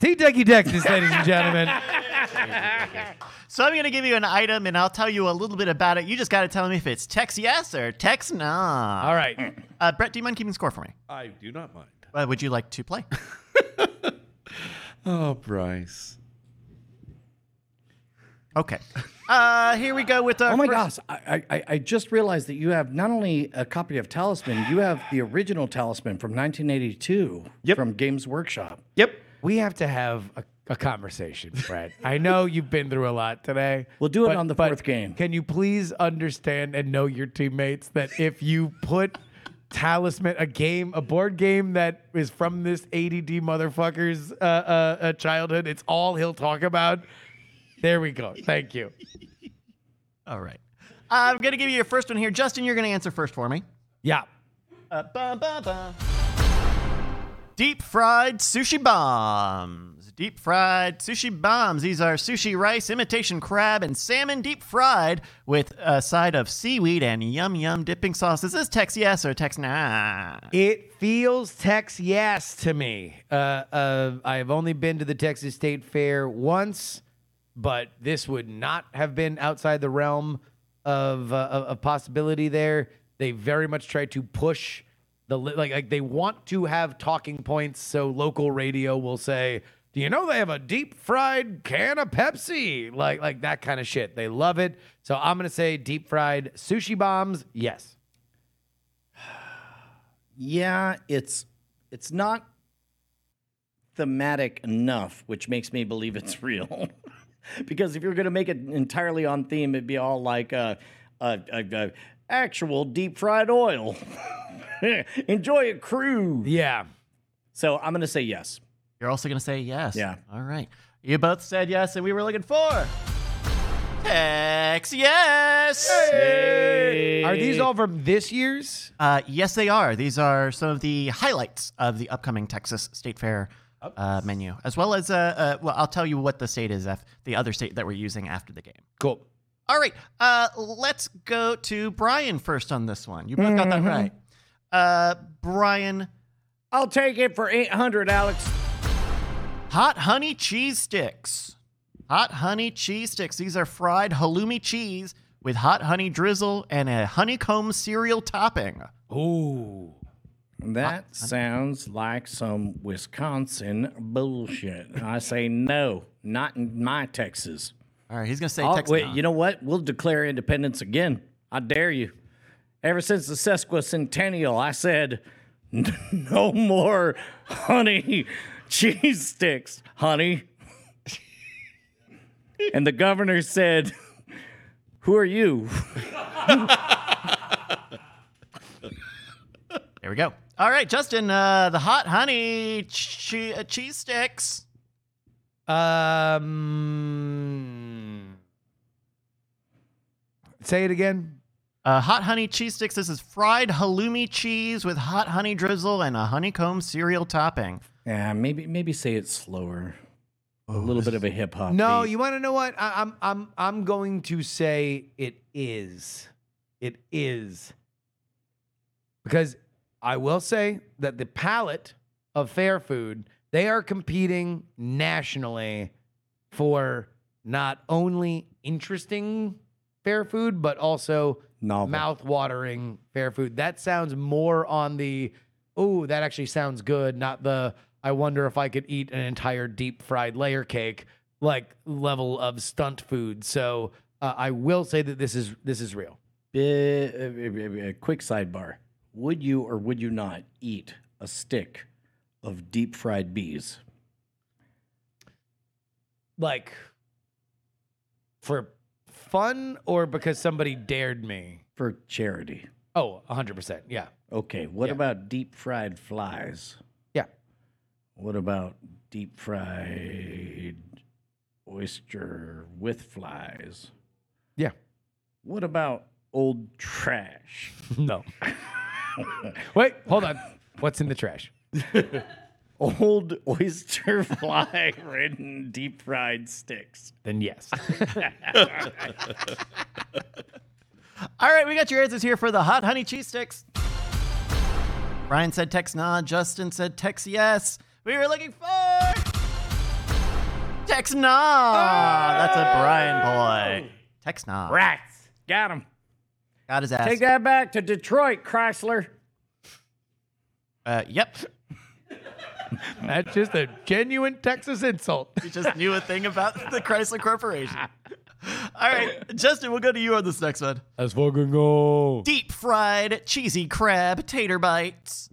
[SPEAKER 3] T. Ducky Texas, ladies and gentlemen.
[SPEAKER 4] So I'm gonna give you an item, and I'll tell you a little bit about it. You just gotta tell me if it's Text Yes or Text Nah.
[SPEAKER 3] All right.
[SPEAKER 4] Uh, Brett, do you mind keeping score for me?
[SPEAKER 1] I do not mind.
[SPEAKER 4] Uh, would you like to play?
[SPEAKER 1] Oh, Bryce.
[SPEAKER 4] Okay. Uh, here we go with the.
[SPEAKER 2] Oh my
[SPEAKER 4] fir-
[SPEAKER 2] gosh, I, I, I just realized that you have not only a copy of Talisman, you have the original Talisman from 1982
[SPEAKER 1] Yep.
[SPEAKER 2] from Games Workshop.
[SPEAKER 1] Yep.
[SPEAKER 3] We have to have a, a conversation, Brett. I know you've been through a lot today.
[SPEAKER 2] We'll do it on the fourth game.
[SPEAKER 3] Can you please understand and know your teammates that if you put Talisman, a game, a board game that is from this ADD motherfucker's uh, uh, uh, childhood, it's all he'll talk about. There we go. Thank you.
[SPEAKER 4] All right. I'm gonna give you your first one here, Justin. You're gonna answer first for me.
[SPEAKER 3] Yeah.
[SPEAKER 4] Uh, ba, ba, ba. Deep fried sushi bombs. Deep fried sushi bombs. These are sushi rice, imitation crab, and salmon deep fried with a side of seaweed and yum yum dipping sauce. Is this text yes or text nah?
[SPEAKER 3] It feels Tex yes to me. Uh, uh, I have only been to the Texas State Fair once, but this would not have been outside the realm of uh, of, of possibility. There, they very much try to push the li- like like they want to have talking points, so local radio will say. Do you know they have a deep fried can of Pepsi? Like like that kind of shit. They love it. So I'm gonna say deep fried sushi bombs. Yes.
[SPEAKER 2] yeah, it's it's not thematic enough, which makes me believe it's real. because if you're going to make it entirely on theme, it'd be all like uh, uh, uh, uh, actual deep fried oil. Enjoy it, crew.
[SPEAKER 3] Yeah.
[SPEAKER 2] So I'm going to say yes.
[SPEAKER 4] You're also going to say yes.
[SPEAKER 2] Yeah.
[SPEAKER 4] All right. You both said yes, and we were looking for text yes.
[SPEAKER 3] Are these all from this year's?
[SPEAKER 4] Uh, yes, they are. These are some of the highlights of the upcoming Texas State Fair uh, menu, as well as, uh, uh, well, I'll tell you what the state is, af- the other state that we're using after the game.
[SPEAKER 3] Cool.
[SPEAKER 4] All right, uh, let's go to Brian first on this one. You both got
[SPEAKER 2] Mm-hmm.
[SPEAKER 4] that right. Uh, Brian,
[SPEAKER 2] I'll take it for 800, Alex.
[SPEAKER 4] hot honey cheese sticks. Hot honey cheese sticks. These are fried halloumi cheese with hot honey drizzle and a honeycomb cereal topping.
[SPEAKER 3] Ooh.
[SPEAKER 2] That sounds like some Wisconsin bullshit. I say no, not in my Texas.
[SPEAKER 4] All right, he's gonna say
[SPEAKER 2] Oh,
[SPEAKER 4] Texas.
[SPEAKER 2] wait, you know what? We'll declare independence again. I dare you. Ever since the sesquicentennial, I said no more honey cheese sticks, honey. and the governor said, "Who are you?"
[SPEAKER 4] There we go. All right, Justin, uh, the hot honey che- uh, cheese sticks.
[SPEAKER 3] Um. Say it again.
[SPEAKER 4] Uh, hot honey cheese sticks. This is fried halloumi cheese with hot honey drizzle and a honeycomb cereal topping.
[SPEAKER 2] Yeah, maybe maybe say it slower. A little bit of a hip hop.
[SPEAKER 3] No, you want to know what? I, I'm I'm I'm going to say it is. It is. Because I will say that the palette of fair food, they are competing nationally for not only interesting fair food, but also
[SPEAKER 2] novel.
[SPEAKER 3] mouth-watering fair food. That sounds more on the oh, that actually sounds good, not the I wonder if I could eat an entire deep fried layer cake like level of stunt food. So uh, I will say that this is this is real.
[SPEAKER 2] Bi- uh, uh, uh, uh, quick sidebar. Would you or would you not eat a stick of deep fried bees?
[SPEAKER 3] Like for fun or because somebody dared me.
[SPEAKER 2] for charity.
[SPEAKER 3] Oh, 100%. Yeah.
[SPEAKER 2] Okay, what
[SPEAKER 3] Yeah.
[SPEAKER 2] about deep fried flies?
[SPEAKER 3] Yeah.
[SPEAKER 2] What about deep fried oyster with flies?
[SPEAKER 3] Yeah.
[SPEAKER 2] What about old trash?
[SPEAKER 3] No. Wait, hold on. What's in the trash?
[SPEAKER 2] Old oyster fly ridden deep fried sticks.
[SPEAKER 3] Then yes.
[SPEAKER 4] All right, we got your answers here for the hot honey cheese sticks. Ryan said text nah. Justin said text yes. We were looking for text nah. That's a Brian boy. Text nah.
[SPEAKER 2] Rats. Got him.
[SPEAKER 4] Got his ass.
[SPEAKER 2] Take that back to Detroit, Chrysler.
[SPEAKER 4] Uh, yep.
[SPEAKER 3] That's just a genuine Texas insult.
[SPEAKER 4] You just knew a thing about the Chrysler Corporation. All right, Justin, we'll go to you on this next one.
[SPEAKER 3] Let's fucking go.
[SPEAKER 4] Deep fried cheesy crab tater bites.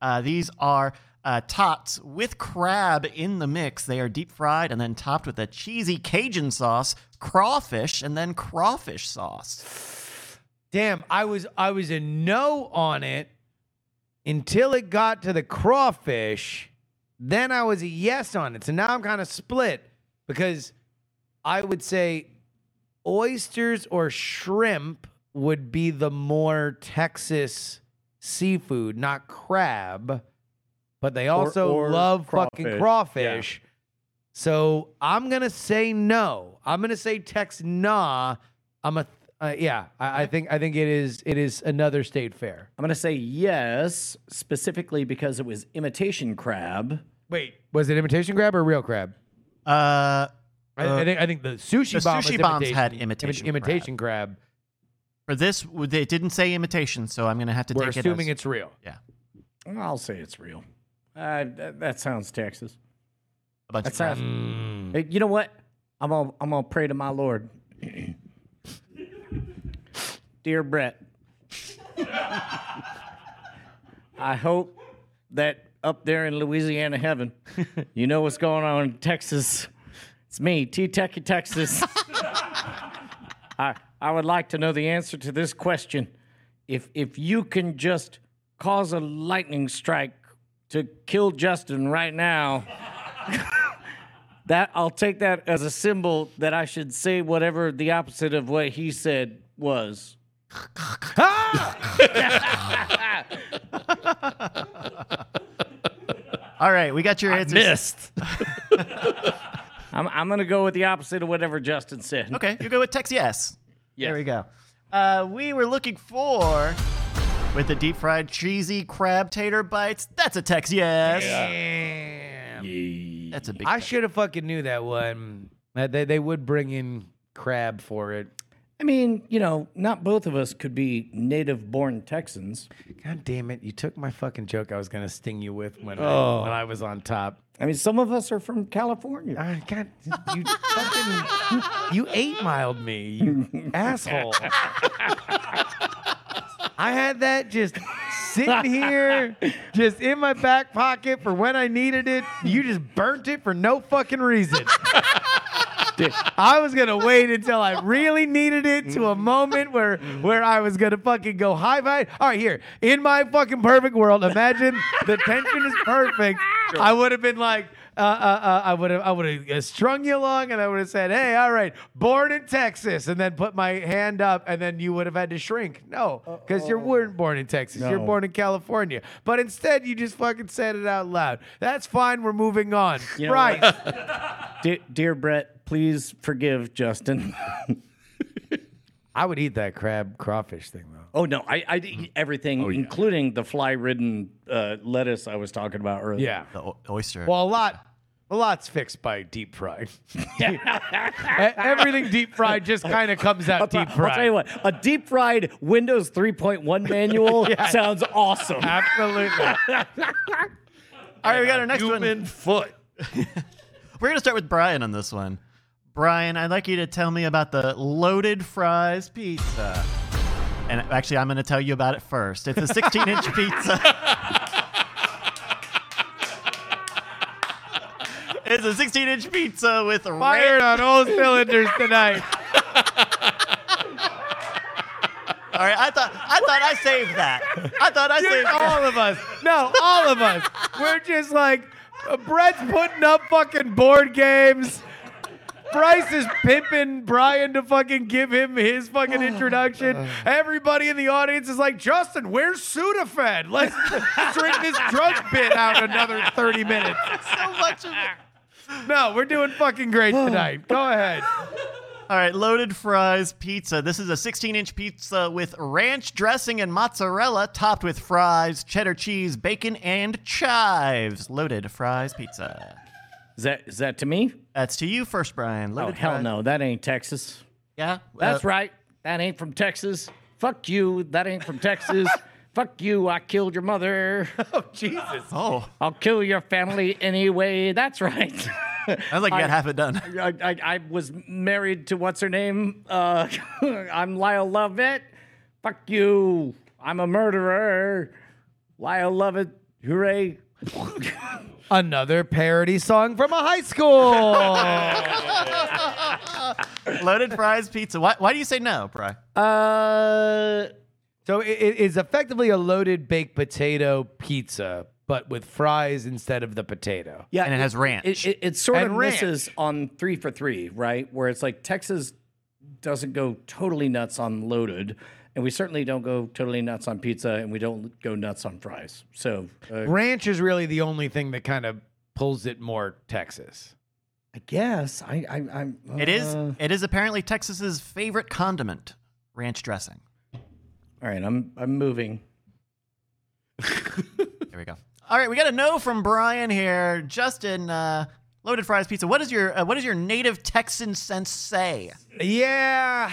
[SPEAKER 4] Uh, these are uh, tots with crab in the mix. They are deep fried and then topped with a cheesy Cajun sauce, crawfish, and then crawfish sauce.
[SPEAKER 3] Damn, I was I was a no on it until it got to the crawfish. Then I was a yes on it. So now I'm kind of split because I would say oysters or shrimp would be the more Texas seafood, not crab. but they also
[SPEAKER 2] or
[SPEAKER 3] love fucking
[SPEAKER 2] crawfish.
[SPEAKER 3] crawfish. So I'm gonna say no. I'm gonna say text nah. I'm a uh, yeah. I, I think I think it is it is another state fair.
[SPEAKER 2] I'm gonna say yes, specifically because it was imitation crab.
[SPEAKER 3] Wait, was it imitation crab or real crab?
[SPEAKER 4] Uh,
[SPEAKER 3] I,
[SPEAKER 4] Uh,
[SPEAKER 3] I think I think the sushi
[SPEAKER 4] the
[SPEAKER 3] bomb was
[SPEAKER 4] sushi bombs
[SPEAKER 3] imitation-
[SPEAKER 4] had
[SPEAKER 3] imi-
[SPEAKER 4] imitation crab.
[SPEAKER 3] imitation crab.
[SPEAKER 4] for this, w- they didn't say imitation, so I'm gonna have to
[SPEAKER 3] We're
[SPEAKER 4] take
[SPEAKER 3] assuming
[SPEAKER 4] it.
[SPEAKER 3] it's real.
[SPEAKER 2] I'll say it's real. Uh, that, that sounds Texas.
[SPEAKER 4] a bunch
[SPEAKER 2] That
[SPEAKER 4] of
[SPEAKER 2] sounds. Hey, you know what? I'm gonna I'm gonna pray to my Lord. Dear Brett, I hope that up there in Louisiana heaven, you know what's going on in Texas. It's me, T Techie Texas. I I would like to know the answer to this question. If if you can just cause a lightning strike to kill Justin right now that I'll take that as a symbol that I should say whatever the opposite of what he said was.
[SPEAKER 4] All right, we got your answers.
[SPEAKER 1] Missed.
[SPEAKER 2] I'm, I'm gonna go with the opposite of whatever Justin said.
[SPEAKER 4] Okay, you go with text yes.
[SPEAKER 2] Yes.
[SPEAKER 4] There we go. Uh, we were looking for with the deep fried cheesy crab tater bites. That's a text yes.
[SPEAKER 3] Damn.
[SPEAKER 4] That's a big.
[SPEAKER 3] I should have fucking knew that one. Uh, They they would bring in crab for it.
[SPEAKER 2] I mean, you know, not both of us could be native-born Texans.
[SPEAKER 3] God damn it! You took my fucking joke. I was gonna sting you with when I, when I was on top.
[SPEAKER 2] I mean, some of us are from California.
[SPEAKER 3] Ah, God, you fucking you eight miled me, you asshole. I had that just sitting here, just in my back pocket for when I needed it. You just burnt it for no fucking reason. I was gonna wait until I really needed it to a moment where where I was gonna fucking go high five. All right, here in my fucking perfect world, imagine the tension is perfect. I would have been like, uh, uh, uh, I would have I would have strung you along, and I would have said, "Hey, all right, born in Texas," and then put my hand up, and then you would have had to shrink. No, because you weren't born in Texas. You're
[SPEAKER 2] No.
[SPEAKER 3] born in California. But instead, you just fucking said it out loud. That's fine. We're moving on.
[SPEAKER 2] You know
[SPEAKER 3] right.
[SPEAKER 2] De- dear Brett, please forgive Justin.
[SPEAKER 3] I would eat that crab crawfish thing though.
[SPEAKER 2] oh no, I I eat everything, including the fly-ridden uh, lettuce I was talking about earlier.
[SPEAKER 3] Yeah.
[SPEAKER 4] the o- oyster.
[SPEAKER 3] Well, a lot, a lot's fixed by deep fried. E- Everything deep fried just kind of comes out deep fried.
[SPEAKER 2] I'll tell you what, a deep fried Windows 3.1 manual sounds awesome.
[SPEAKER 3] Absolutely.
[SPEAKER 4] All right, we got our next one.
[SPEAKER 1] Human foot.
[SPEAKER 4] We're gonna start with Brian on this one. Brian, I'd like you to tell me about the loaded fries pizza. And actually, I'm gonna tell you about it first. It's a 16-inch pizza. It's a 16-inch pizza with
[SPEAKER 3] Fired on all cylinders tonight.
[SPEAKER 4] All right, I thought I thought I saved that. I thought I saved that.
[SPEAKER 3] all of us. No, all of us. We're just like uh, Brett's putting up fucking board games. Bryce is pimping Brian to fucking give him his fucking introduction. Everybody in the audience is like, Justin, where's Sudafed? Let's drink this drug bit out another 30 minutes.
[SPEAKER 4] so much of it.
[SPEAKER 3] No, we're doing fucking great tonight. Go ahead.
[SPEAKER 4] All right, loaded fries pizza. This is a 16-inch pizza with ranch dressing and mozzarella, topped with fries, cheddar cheese, bacon, and chives. Loaded fries pizza.
[SPEAKER 2] Is that is that to me?
[SPEAKER 4] That's to you first, Brian.
[SPEAKER 2] Oh
[SPEAKER 4] Loaded
[SPEAKER 2] hell
[SPEAKER 4] fries-
[SPEAKER 2] no, that ain't Texas.
[SPEAKER 4] Yeah,
[SPEAKER 2] That's
[SPEAKER 4] uh,
[SPEAKER 2] right. That ain't from Texas. Fuck you. That ain't from Texas. Fuck you. I killed your mother.
[SPEAKER 3] Jesus.
[SPEAKER 4] Oh,
[SPEAKER 2] I'll kill your family anyway. That's right.
[SPEAKER 4] I was like, you got half it done.
[SPEAKER 2] I, I, I was married to what's her name? Uh, I'm Lyle Lovett. Fuck you. I'm a murderer. Lyle Lovett. Hooray.
[SPEAKER 3] Another parody song from a high school.
[SPEAKER 4] loaded fries pizza. Why, why do you say no, Brian?
[SPEAKER 2] Uh,
[SPEAKER 3] So it, it is effectively a loaded baked potato pizza, but with fries instead of the potato.
[SPEAKER 2] yeah.
[SPEAKER 4] And it has ranch.
[SPEAKER 2] It, it, it sort
[SPEAKER 3] And
[SPEAKER 2] of
[SPEAKER 3] ranch.
[SPEAKER 2] misses on three for three, right? Where it's like Texas doesn't go totally nuts on loaded, and we certainly don't go totally nuts on pizza, and we don't go nuts on fries. So uh,
[SPEAKER 3] Ranch is really the only thing that kind of pulls it more Texas.
[SPEAKER 2] I guess I, I I'm.
[SPEAKER 4] It is
[SPEAKER 2] uh,
[SPEAKER 4] it is apparently Texas's favorite condiment, ranch dressing.
[SPEAKER 2] all right. I'm I'm moving.
[SPEAKER 4] There we go. All right, we got a no from Brian here. Justin, uh, loaded fries pizza. What does your uh, what does your native Texan sense say?
[SPEAKER 3] Yeah.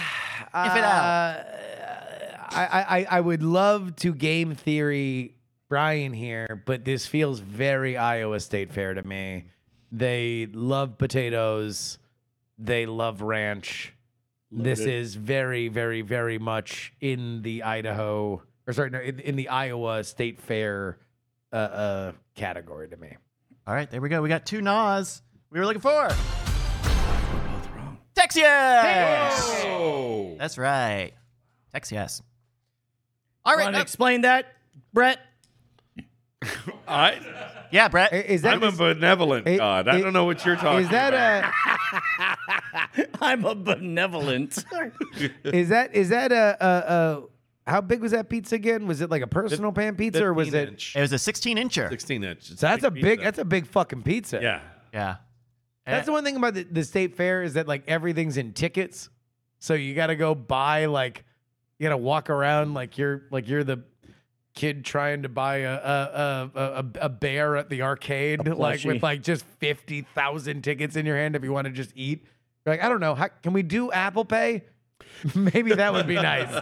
[SPEAKER 3] Uh,
[SPEAKER 4] If it out.
[SPEAKER 3] I, I, I- I would love to game theory Brian here, but this feels very Iowa State fair to me. They love potatoes. They love ranch. this
[SPEAKER 2] it.
[SPEAKER 3] is very, very, very much in the Idaho, or sorry, no, in, in the Iowa State Fair uh, uh, category to me.
[SPEAKER 4] All right, there we go. We got two nas. We were looking for
[SPEAKER 2] Both wrong.
[SPEAKER 4] Tex yes.
[SPEAKER 1] Oh.
[SPEAKER 4] That's right, Tex yes. All right,
[SPEAKER 2] Want
[SPEAKER 4] uh,
[SPEAKER 2] to explain that, Brett?
[SPEAKER 1] I,
[SPEAKER 4] uh, yeah, Brett.
[SPEAKER 3] I- Is that
[SPEAKER 1] I'm a benevolent
[SPEAKER 3] It-
[SPEAKER 1] God. I
[SPEAKER 3] it-
[SPEAKER 1] don't know what you're talking
[SPEAKER 3] is that
[SPEAKER 1] about.
[SPEAKER 3] a
[SPEAKER 2] I'm a benevolent.
[SPEAKER 3] Is that is that a, a, a how big was that pizza again? Was it like a personal pan pizza or was it?
[SPEAKER 4] It was a 16 incher.
[SPEAKER 1] 16 inches?
[SPEAKER 3] So that's a big that's a big fucking pizza.
[SPEAKER 1] yeah.
[SPEAKER 4] Yeah.
[SPEAKER 2] Eh.
[SPEAKER 3] That's the one thing about the, the state fair is that like everything's in tickets, so you got to go buy like you got to walk around like you're like you're the kid trying to buy a a a, a, a bear at the arcade
[SPEAKER 2] A
[SPEAKER 3] like
[SPEAKER 2] plushie.
[SPEAKER 3] with like just fifty thousand tickets in your hand if you want to just eat. You're like I don't know, how, can we do Apple Pay? Maybe that would be nice.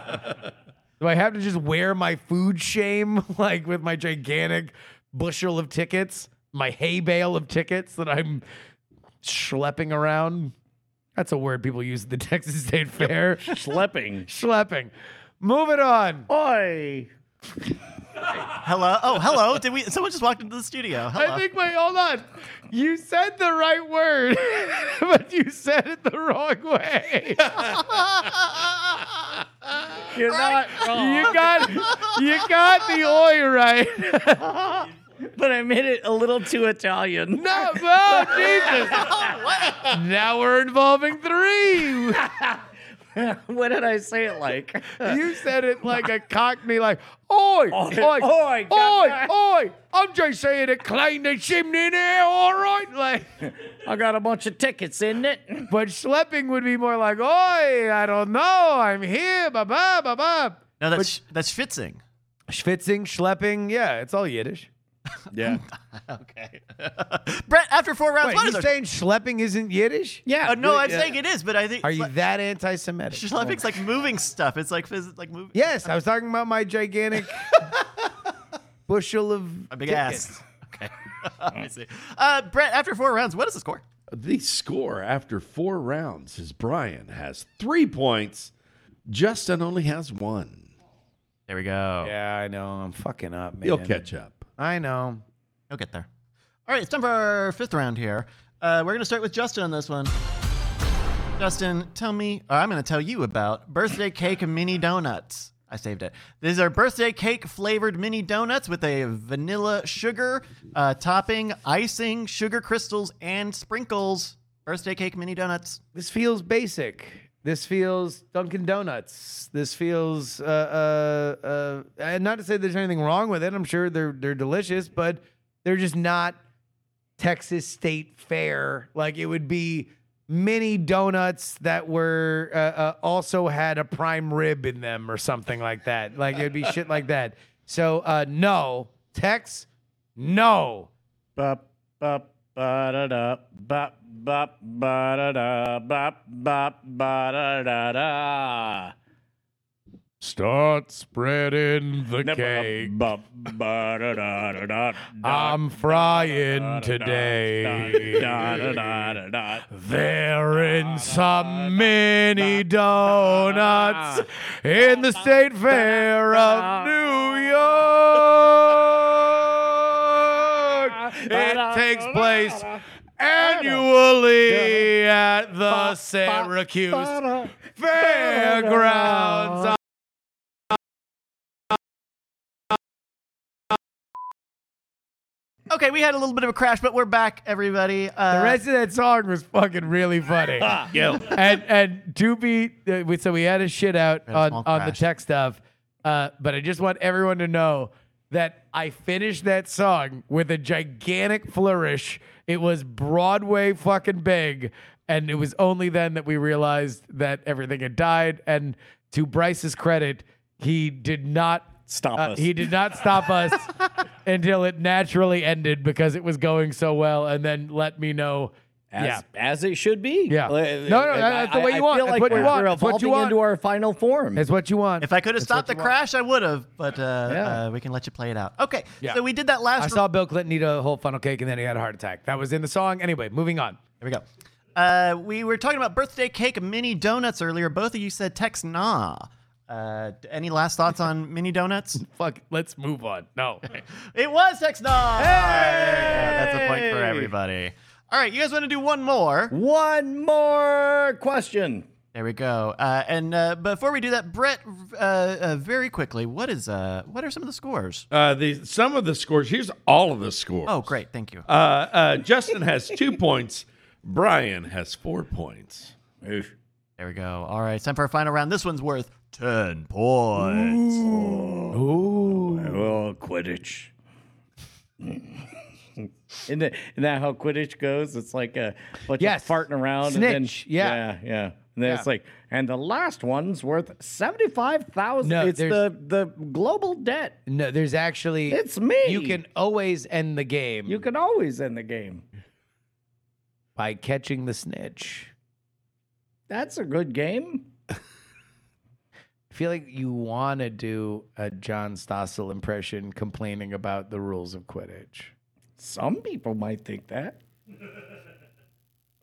[SPEAKER 3] Do I have to just wear my food shame like with my gigantic bushel of tickets, my hay bale of tickets that I'm schlepping around? That's a word people use at the Texas State Fair.
[SPEAKER 2] Schlepping.
[SPEAKER 3] schlepping. Moving on.
[SPEAKER 2] Oh, Oi.
[SPEAKER 4] Hello. Oh, hello. Did we? Someone just walked into the studio. Hello.
[SPEAKER 2] uh.
[SPEAKER 3] I think wait, hold on. You said the right word, but you said it the wrong way.
[SPEAKER 2] You're not wrong,
[SPEAKER 3] You got you got the oi right.
[SPEAKER 2] but I made it a little too Italian.
[SPEAKER 3] No, no, Jesus. now we're involving three.
[SPEAKER 2] what did I say it like?
[SPEAKER 3] You said it like a cockney, like, oi, oi, oi,
[SPEAKER 2] oi,
[SPEAKER 3] oi,
[SPEAKER 2] governor."
[SPEAKER 3] oi. I'm just saying to clean the chimney now, all right? Like,
[SPEAKER 2] I got a bunch of tickets in it.
[SPEAKER 3] but schlepping would be more like, oi, I don't know, I'm here, ba ba ba ba.
[SPEAKER 4] no, that's that's Fitzing.
[SPEAKER 3] Schwitzing, schlepping, yeah, it's all Yiddish.
[SPEAKER 1] Yeah.
[SPEAKER 4] Okay. Brett, after four rounds,
[SPEAKER 3] Wait,
[SPEAKER 4] what is
[SPEAKER 3] you
[SPEAKER 4] our-
[SPEAKER 3] saying schlepping isn't Yiddish?
[SPEAKER 2] Yeah.
[SPEAKER 4] Uh, no, I'm saying it is, but I think
[SPEAKER 3] Are you that anti-Semitic? Oh.
[SPEAKER 4] Schlepping's like moving stuff. It's like phys- like moving.
[SPEAKER 3] Yes, I was talking about my gigantic bushel of
[SPEAKER 4] a big
[SPEAKER 3] tickets.
[SPEAKER 4] ass. Okay, I see. Uh, Brett, after four rounds, what is the score?
[SPEAKER 1] The score after four rounds is Brian has three points. Justin only has one.
[SPEAKER 4] There we go.
[SPEAKER 3] Yeah, I know. I'm fucking up, man.
[SPEAKER 1] He'll catch up.
[SPEAKER 3] I know.
[SPEAKER 4] He'll get there. All right, it's time for our fifth round here. Uh, we're gonna start with Justin on this one. Justin, tell me, or I'm gonna tell you about birthday cake mini donuts. I saved it. These are birthday cake flavored mini donuts with a vanilla sugar uh, topping, icing, sugar crystals, and sprinkles. Birthday cake mini donuts.
[SPEAKER 3] This feels basic. This feels Dunkin' Donuts. This feels uh, uh, uh, and not to say there's anything wrong with it. I'm sure they're they're delicious, but they're just not Texas State Fair. Like it would be mini donuts that were uh, uh, also had a prime rib in them or something like that. Like it'd be shit like that. So uh, no, Tex, no.
[SPEAKER 2] Bop, bop, ba da da. Bop, bop, ba da da. Bop, bop, ba da da da.
[SPEAKER 3] Start spreading the
[SPEAKER 2] Bop, ba da da da da.
[SPEAKER 3] I'm frying today.
[SPEAKER 2] Da da da da da.
[SPEAKER 3] They're in some mini donuts in the state fair of New York. It takes place annually at the Syracuse Fairgrounds.
[SPEAKER 4] Okay, we had a little bit of a crash, but we're back, everybody. Uh,
[SPEAKER 3] The rest of that song was fucking really funny.
[SPEAKER 1] Yo.
[SPEAKER 3] and and to be uh, we- so we had a shit out
[SPEAKER 4] a
[SPEAKER 3] on,
[SPEAKER 4] small
[SPEAKER 3] on the
[SPEAKER 4] crash.
[SPEAKER 3] tech stuff, uh, but I just want everyone to know that I finished that song with a gigantic flourish. It was Broadway fucking big, and it was only then that we realized that everything had died. And to Bryce's credit, he did not.
[SPEAKER 2] Stop
[SPEAKER 3] uh,
[SPEAKER 2] us.
[SPEAKER 3] He did not stop us until it naturally ended because it was going so well, and then let me know.
[SPEAKER 2] As,
[SPEAKER 3] yeah,
[SPEAKER 2] as it should be.
[SPEAKER 3] Yeah.
[SPEAKER 2] Uh,
[SPEAKER 3] No, no, that's the way
[SPEAKER 2] I-
[SPEAKER 3] you want.
[SPEAKER 2] I feel
[SPEAKER 3] That's
[SPEAKER 2] like
[SPEAKER 3] what you
[SPEAKER 2] we're,
[SPEAKER 3] want.
[SPEAKER 2] we're
[SPEAKER 3] That's what you
[SPEAKER 2] evolving
[SPEAKER 3] want.
[SPEAKER 2] into our final form.
[SPEAKER 3] it's what you want.
[SPEAKER 4] if I could have stopped the crash, I would have, but uh,
[SPEAKER 2] Yeah.
[SPEAKER 4] uh, we can let you play it out. Okay,
[SPEAKER 3] Yeah.
[SPEAKER 4] so we did that last
[SPEAKER 3] I saw Bill Clinton eat a whole funnel cake and then he had a heart attack. That was in the song. Anyway, moving on.
[SPEAKER 4] Here we go. Uh, we were talking about birthday cake and mini donuts earlier. Both of you said text nah. Uh, d- any last thoughts on mini donuts?
[SPEAKER 3] Fuck, let's move on. No.
[SPEAKER 4] It was text nah. Yeah, that's a point for everybody. All right, you guys want to do one more?
[SPEAKER 2] One more question.
[SPEAKER 4] There we go. Uh, and uh, before we do that, Brett, uh, uh, very quickly, what is uh, what are some of the scores?
[SPEAKER 1] Uh, the some of the scores. Here's all of the scores.
[SPEAKER 4] Oh, great, thank you.
[SPEAKER 1] Uh, uh, Justin has two points. Brian has four points.
[SPEAKER 2] Oof.
[SPEAKER 4] There we go. All right, it's time for our final round. This one's worth ten points.
[SPEAKER 2] Oh, Quidditch. isn't, that- isn't that how Quidditch goes? It's like a bunch
[SPEAKER 3] Yes.
[SPEAKER 2] of farting around. And
[SPEAKER 3] Snitch,
[SPEAKER 2] then,
[SPEAKER 3] yeah.
[SPEAKER 2] Yeah. Yeah. And then
[SPEAKER 3] Yeah.
[SPEAKER 2] it's like, and the last one's worth seventy-five thousand.
[SPEAKER 3] No,
[SPEAKER 2] it's
[SPEAKER 3] there's-
[SPEAKER 2] the the global debt.
[SPEAKER 3] No, there's actually.
[SPEAKER 2] It's me.
[SPEAKER 3] You can always end the game
[SPEAKER 2] You can always end the game.
[SPEAKER 3] by catching the snitch.
[SPEAKER 2] That's a good game.
[SPEAKER 3] I feel like you want to do a John Stossel impression complaining about the rules of Quidditch.
[SPEAKER 2] Some people might think that.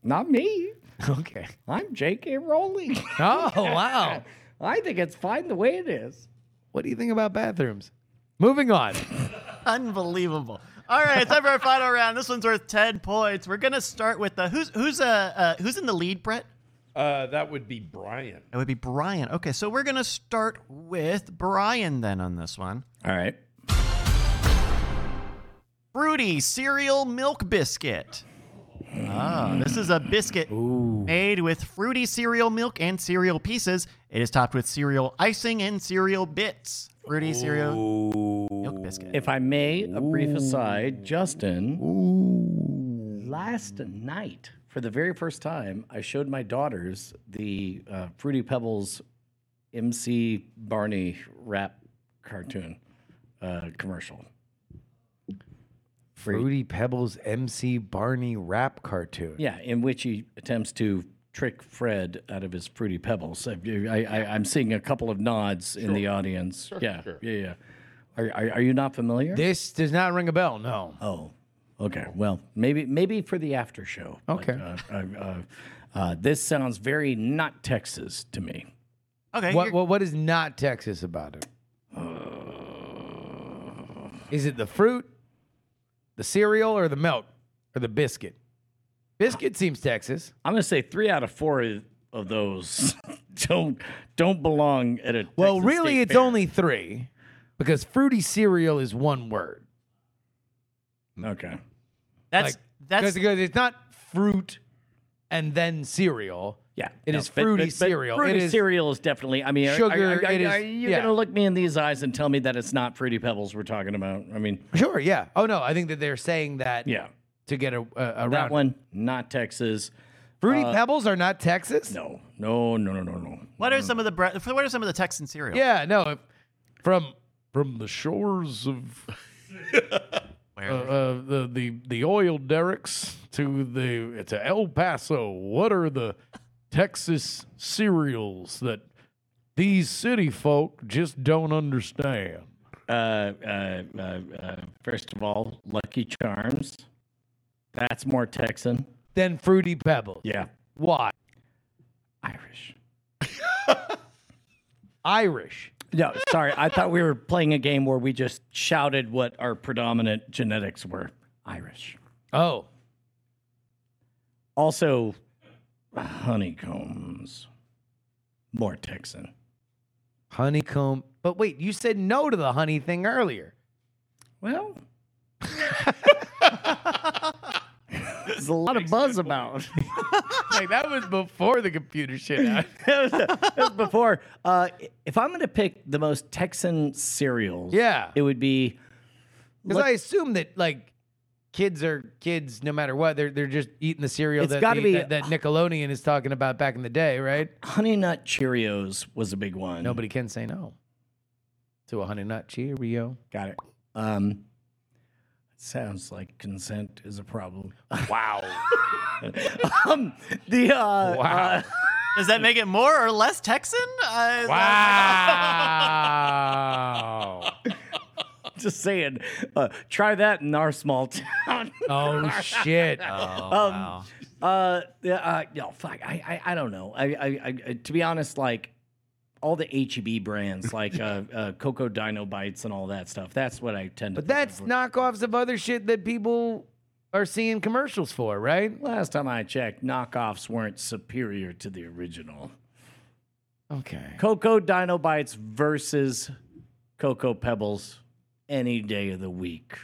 [SPEAKER 2] Not me.
[SPEAKER 3] Okay.
[SPEAKER 2] I'm J.K. Rowling.
[SPEAKER 3] Oh, wow.
[SPEAKER 2] I think it's fine the way it is.
[SPEAKER 3] What do you think about bathrooms? Moving on.
[SPEAKER 4] Unbelievable. All right, it's time for our final round. This one's worth ten points. We're gonna start with uh, who's who's uh, uh who's in the lead, Brett?
[SPEAKER 1] Uh, that would be Brian.
[SPEAKER 4] It would be Brian. Okay, so we're gonna start with Brian then on this one.
[SPEAKER 2] All right.
[SPEAKER 4] Fruity cereal milk biscuit. Oh, this is a biscuit made with fruity cereal milk and cereal pieces. It is topped with cereal icing and cereal bits. Fruity cereal milk biscuit.
[SPEAKER 2] If I may, a brief aside, Justin. Last night, for the very first time, I showed my daughters the uh, Fruity Pebbles MC Barney rap cartoon uh, commercial.
[SPEAKER 3] Fruity Pebbles MC Barney rap cartoon.
[SPEAKER 2] Yeah, in which he attempts to trick Fred out of his fruity pebbles. I, I, am seeing a couple of nods in the audience. yeah, yeah, yeah. Are, are, are you not familiar?
[SPEAKER 3] This does not ring a bell. No.
[SPEAKER 2] oh, okay. Well, maybe maybe for the after show. but,
[SPEAKER 3] Okay.
[SPEAKER 2] uh, uh, uh, uh, this sounds very not Texas to me.
[SPEAKER 4] Okay,
[SPEAKER 3] What,
[SPEAKER 4] you're-
[SPEAKER 3] what what is not Texas about it? Is it the fruit, the cereal, or the milk, or the biscuit? Biscuit seems Texas.
[SPEAKER 2] I'm gonna say three out of four of- of those don't don't belong at a.
[SPEAKER 3] Well,
[SPEAKER 2] Texas
[SPEAKER 3] really,
[SPEAKER 2] state
[SPEAKER 3] it's
[SPEAKER 2] fair.
[SPEAKER 3] only three, because fruity cereal is one word.
[SPEAKER 2] okay.
[SPEAKER 4] that's
[SPEAKER 3] Like,
[SPEAKER 4] that's
[SPEAKER 3] 'cause- because it's not fruit and then cereal.
[SPEAKER 2] Yeah, it
[SPEAKER 3] It
[SPEAKER 2] is
[SPEAKER 3] is fruity cereal.
[SPEAKER 2] Fruity
[SPEAKER 3] It is-
[SPEAKER 2] cereal is definitely. I mean, are-
[SPEAKER 3] Sugar,
[SPEAKER 2] Are, are,
[SPEAKER 3] it is-
[SPEAKER 2] are you
[SPEAKER 3] yeah.
[SPEAKER 2] gonna look me in these eyes and tell me that it's not fruity pebbles we're talking about? I mean,
[SPEAKER 3] Sure. Yeah. Oh no, I think that they're saying that.
[SPEAKER 2] yeah,
[SPEAKER 3] To get a, a,
[SPEAKER 2] that
[SPEAKER 3] a round.
[SPEAKER 2] one not Texas.
[SPEAKER 3] Fruity Pebbles are not Texas.
[SPEAKER 2] No, no, no, no, no, no.
[SPEAKER 4] what are some of the bre- what are some of the Texan cereals?
[SPEAKER 3] Yeah. No. if- From from the shores of
[SPEAKER 4] Where-
[SPEAKER 3] uh, the the the oil derricks to the to El Paso. What are the Texas cereals that these city folk just don't understand?
[SPEAKER 2] Uh, uh, uh, uh, first of all, Lucky Charms. That's more Texan.
[SPEAKER 3] Then fruity pebbles.
[SPEAKER 2] Yeah,
[SPEAKER 3] Why?
[SPEAKER 2] Irish.
[SPEAKER 3] Irish.
[SPEAKER 2] No, sorry. I thought we were playing a game where we just shouted what our predominant genetics were. Irish.
[SPEAKER 3] Oh,
[SPEAKER 2] Also, honeycombs. More Texan.
[SPEAKER 3] honeycomb. But wait, you said no to the honey thing earlier.
[SPEAKER 2] Well, was a lot of buzz about.
[SPEAKER 3] like that was before the computer shit. Out.
[SPEAKER 2] That was before. Uh, if I'm going to pick the most Texan cereals,
[SPEAKER 3] Yeah.
[SPEAKER 2] it would be
[SPEAKER 3] Because I assume that like kids are kids no matter what. They're they're just eating the cereal
[SPEAKER 2] It's
[SPEAKER 3] that,
[SPEAKER 2] gotta
[SPEAKER 3] the-
[SPEAKER 2] be-
[SPEAKER 3] that that Nickelodeon is talking about back in the day, right?
[SPEAKER 2] Honey Nut Cheerios was a big one.
[SPEAKER 3] Nobody can say no to a honey nut Cheerio.
[SPEAKER 2] got it. Um, sounds like consent is a problem.
[SPEAKER 1] Wow.
[SPEAKER 2] um, the uh,
[SPEAKER 1] Wow.
[SPEAKER 4] Does that make it more or less Texan? Uh,
[SPEAKER 3] Wow.
[SPEAKER 2] just saying, uh, try that in our small town.
[SPEAKER 3] oh shit.
[SPEAKER 4] Oh,
[SPEAKER 2] Um,
[SPEAKER 4] wow.
[SPEAKER 2] Uh, yeah, uh, no, fuck. I, I, I don't know. I, I, I, I- to be honest, like all the HEB brands, like uh, uh, Cocoa Dino Bites and all that stuff. That's what I tend to. think
[SPEAKER 3] But that's
[SPEAKER 2] of.
[SPEAKER 3] knockoffs of other shit that people are seeing commercials for, right?
[SPEAKER 2] Last time I checked, knockoffs weren't superior to the original.
[SPEAKER 3] Okay.
[SPEAKER 2] Cocoa Dino Bites versus Cocoa Pebbles any day of the week.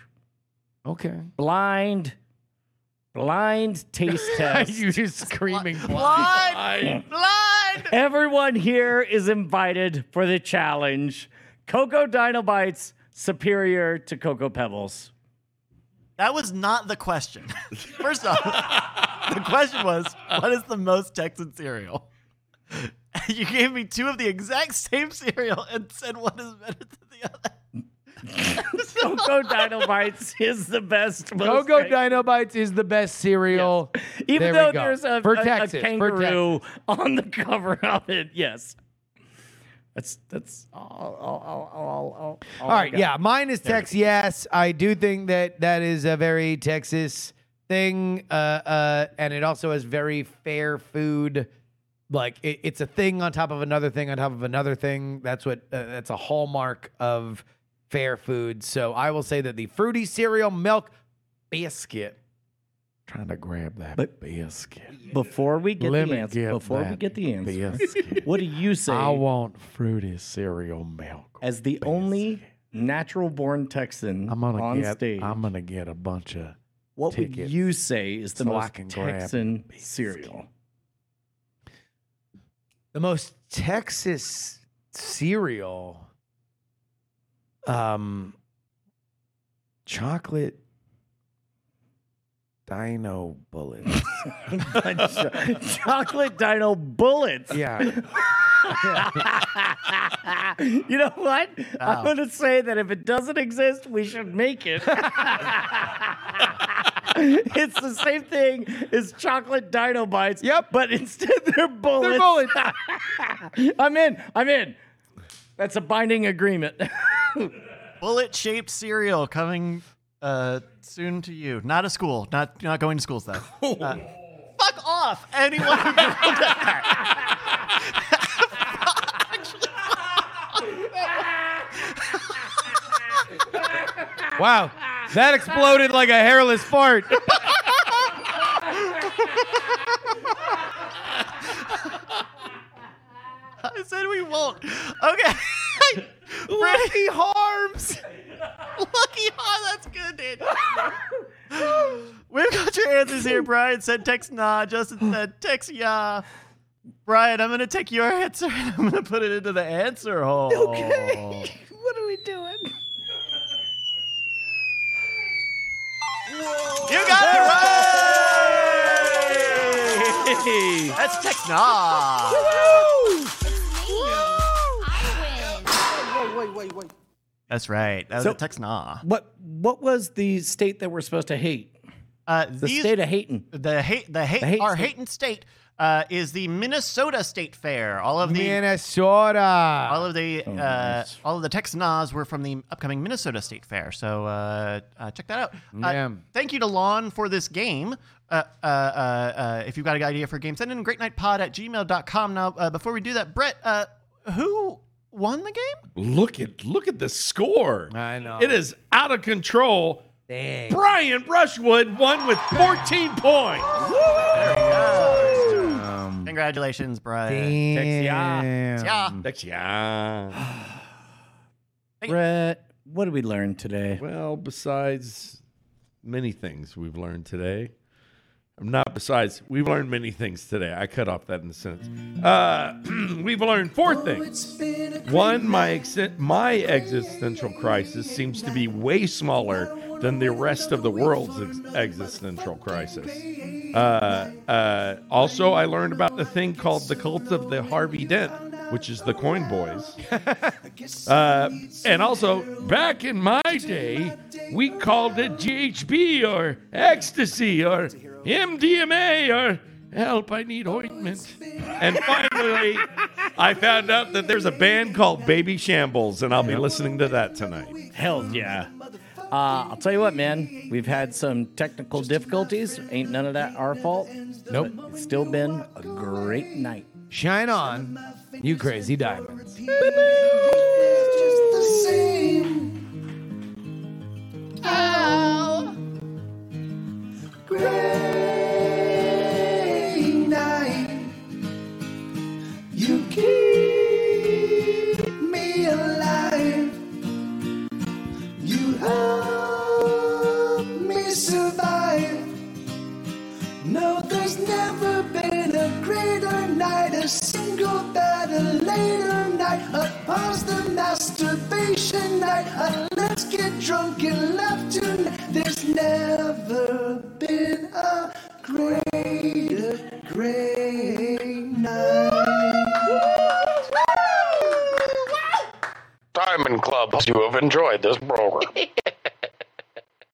[SPEAKER 3] Okay.
[SPEAKER 2] Blind, blind taste test.
[SPEAKER 3] you just screaming blind.
[SPEAKER 4] Blood! Blood!
[SPEAKER 2] Everyone here is invited for the challenge. Cocoa Dino Bites superior to Cocoa Pebbles.
[SPEAKER 4] That was not the question. First off, the question was, what is the most Texan cereal? You gave me two of the exact same cereal and said one is better than the other.
[SPEAKER 2] Cocoa Dino Bites is the best. most
[SPEAKER 3] Cocoa
[SPEAKER 2] thing.
[SPEAKER 3] Dino Bites is the best cereal.
[SPEAKER 2] Even
[SPEAKER 3] There we
[SPEAKER 2] though
[SPEAKER 3] go.
[SPEAKER 2] there's a,
[SPEAKER 3] For
[SPEAKER 2] a- a
[SPEAKER 3] Texas, for
[SPEAKER 2] kangaroo on the cover of it, yes. That's that's all. all, all, all, all, all
[SPEAKER 3] All
[SPEAKER 2] I
[SPEAKER 3] right,
[SPEAKER 2] got.
[SPEAKER 3] yeah, mine is Tex. Yes, I do think that that is a very Texas thing, uh, uh, and it also has very fair food. Like it, it's a thing on top of another thing on top of another thing. That's what uh, that's a hallmark of fair food. So I will say that the fruity cereal milk biscuit. Trying to grab that
[SPEAKER 2] But-
[SPEAKER 3] biscuit.
[SPEAKER 2] Before we get
[SPEAKER 3] Let
[SPEAKER 2] the
[SPEAKER 3] me
[SPEAKER 2] answer,
[SPEAKER 3] get
[SPEAKER 2] before we
[SPEAKER 3] that
[SPEAKER 2] get the answer,
[SPEAKER 3] biscuit.
[SPEAKER 2] what do you say
[SPEAKER 3] I want fruity cereal milk.
[SPEAKER 2] as the only natural-born Texan
[SPEAKER 3] I'm gonna
[SPEAKER 2] on
[SPEAKER 1] get-
[SPEAKER 2] stage?
[SPEAKER 3] I'm gonna get a bunch of
[SPEAKER 2] What would
[SPEAKER 3] ticket
[SPEAKER 2] you say is the
[SPEAKER 3] so I
[SPEAKER 2] most
[SPEAKER 3] can grab
[SPEAKER 2] Texan cereal?
[SPEAKER 3] The most Texas cereal, um, chocolate dino bullets.
[SPEAKER 2] Chocolate Dino Bullets.
[SPEAKER 3] yeah.
[SPEAKER 2] you know what?
[SPEAKER 4] Wow.
[SPEAKER 2] I'm going to say that if it doesn't exist, we should make it. it's the same thing as chocolate dino bites.
[SPEAKER 3] Yep.
[SPEAKER 2] But instead, they're bullets.
[SPEAKER 3] They're bullets.
[SPEAKER 2] I'm in. I'm in. That's a binding agreement.
[SPEAKER 4] Bullet shaped cereal coming uh, soon to you. Not a school. Not you're not going to schools though. Uh, fuck off, anyone who Googled that. Actually,
[SPEAKER 3] Wow. That exploded like a hairless fart.
[SPEAKER 4] I said we won't. Okay. Lucky Harms. Lucky Harms. That's good, dude. We've got your answers here. Brian said text nah. Justin said text yeah. Brian, I'm gonna take your answer and I'm gonna put it into the answer hole. Okay.
[SPEAKER 2] what are we doing?
[SPEAKER 4] You got it right. That's text nah. That's right. That was
[SPEAKER 2] So-
[SPEAKER 4] a text nah.
[SPEAKER 2] What What was the state that we're supposed to hate?
[SPEAKER 4] Uh,
[SPEAKER 2] The
[SPEAKER 4] these-
[SPEAKER 2] state of hating.
[SPEAKER 4] The hate, the hate,
[SPEAKER 2] hate
[SPEAKER 4] our
[SPEAKER 2] state.
[SPEAKER 4] hating state uh, is the Minnesota State Fair. All of the
[SPEAKER 3] Minnesota.
[SPEAKER 4] all of the uh,
[SPEAKER 2] Oh, nice.
[SPEAKER 4] all of the Texanas were from the upcoming Minnesota State Fair. So uh, uh, check that out.
[SPEAKER 3] Yeah.
[SPEAKER 4] Uh, thank you to Lon for this game. Uh, uh, uh, uh, if you've got an idea for a game, send in greatnightpod at gmail.com. Now, uh, before we do that, Brett, uh, who won the game?
[SPEAKER 1] look at look at the score.
[SPEAKER 3] I know.
[SPEAKER 1] It is out of control.
[SPEAKER 3] Dang.
[SPEAKER 1] Brian Brushwood won with 14 points.
[SPEAKER 2] Mm.
[SPEAKER 4] Congratulations, Brett.
[SPEAKER 3] Damn.
[SPEAKER 4] Yeah.
[SPEAKER 1] Next, yeah.
[SPEAKER 2] Brett, what did we learn today?
[SPEAKER 1] Well, besides many things we've learned today, I'm not. Besides, we've learned many things today. I cut off that in a sentence. Uh, we've learned four things. One, my exi- my existential crisis seems to be way smaller than the rest of the world's ex- existential crisis. Uh, uh, also, I learned about the thing called the cult of the Harvey Dent, which is the Coin Boys. Uh, and also, back in my day, we called it GHB or ecstasy or MDMA or help, I need ointment. And finally, I found out that there's a band called Baby Shambles, and I'll be listening to that tonight.
[SPEAKER 2] Hell yeah. Uh, I'll tell you what, man. We've had some technical difficulties. Ain't none of that our fault.
[SPEAKER 3] Nope.
[SPEAKER 2] But It's still been a great night.
[SPEAKER 3] Shine on, you crazy diamonds.
[SPEAKER 9] Diamond Club hopes you have enjoyed this program.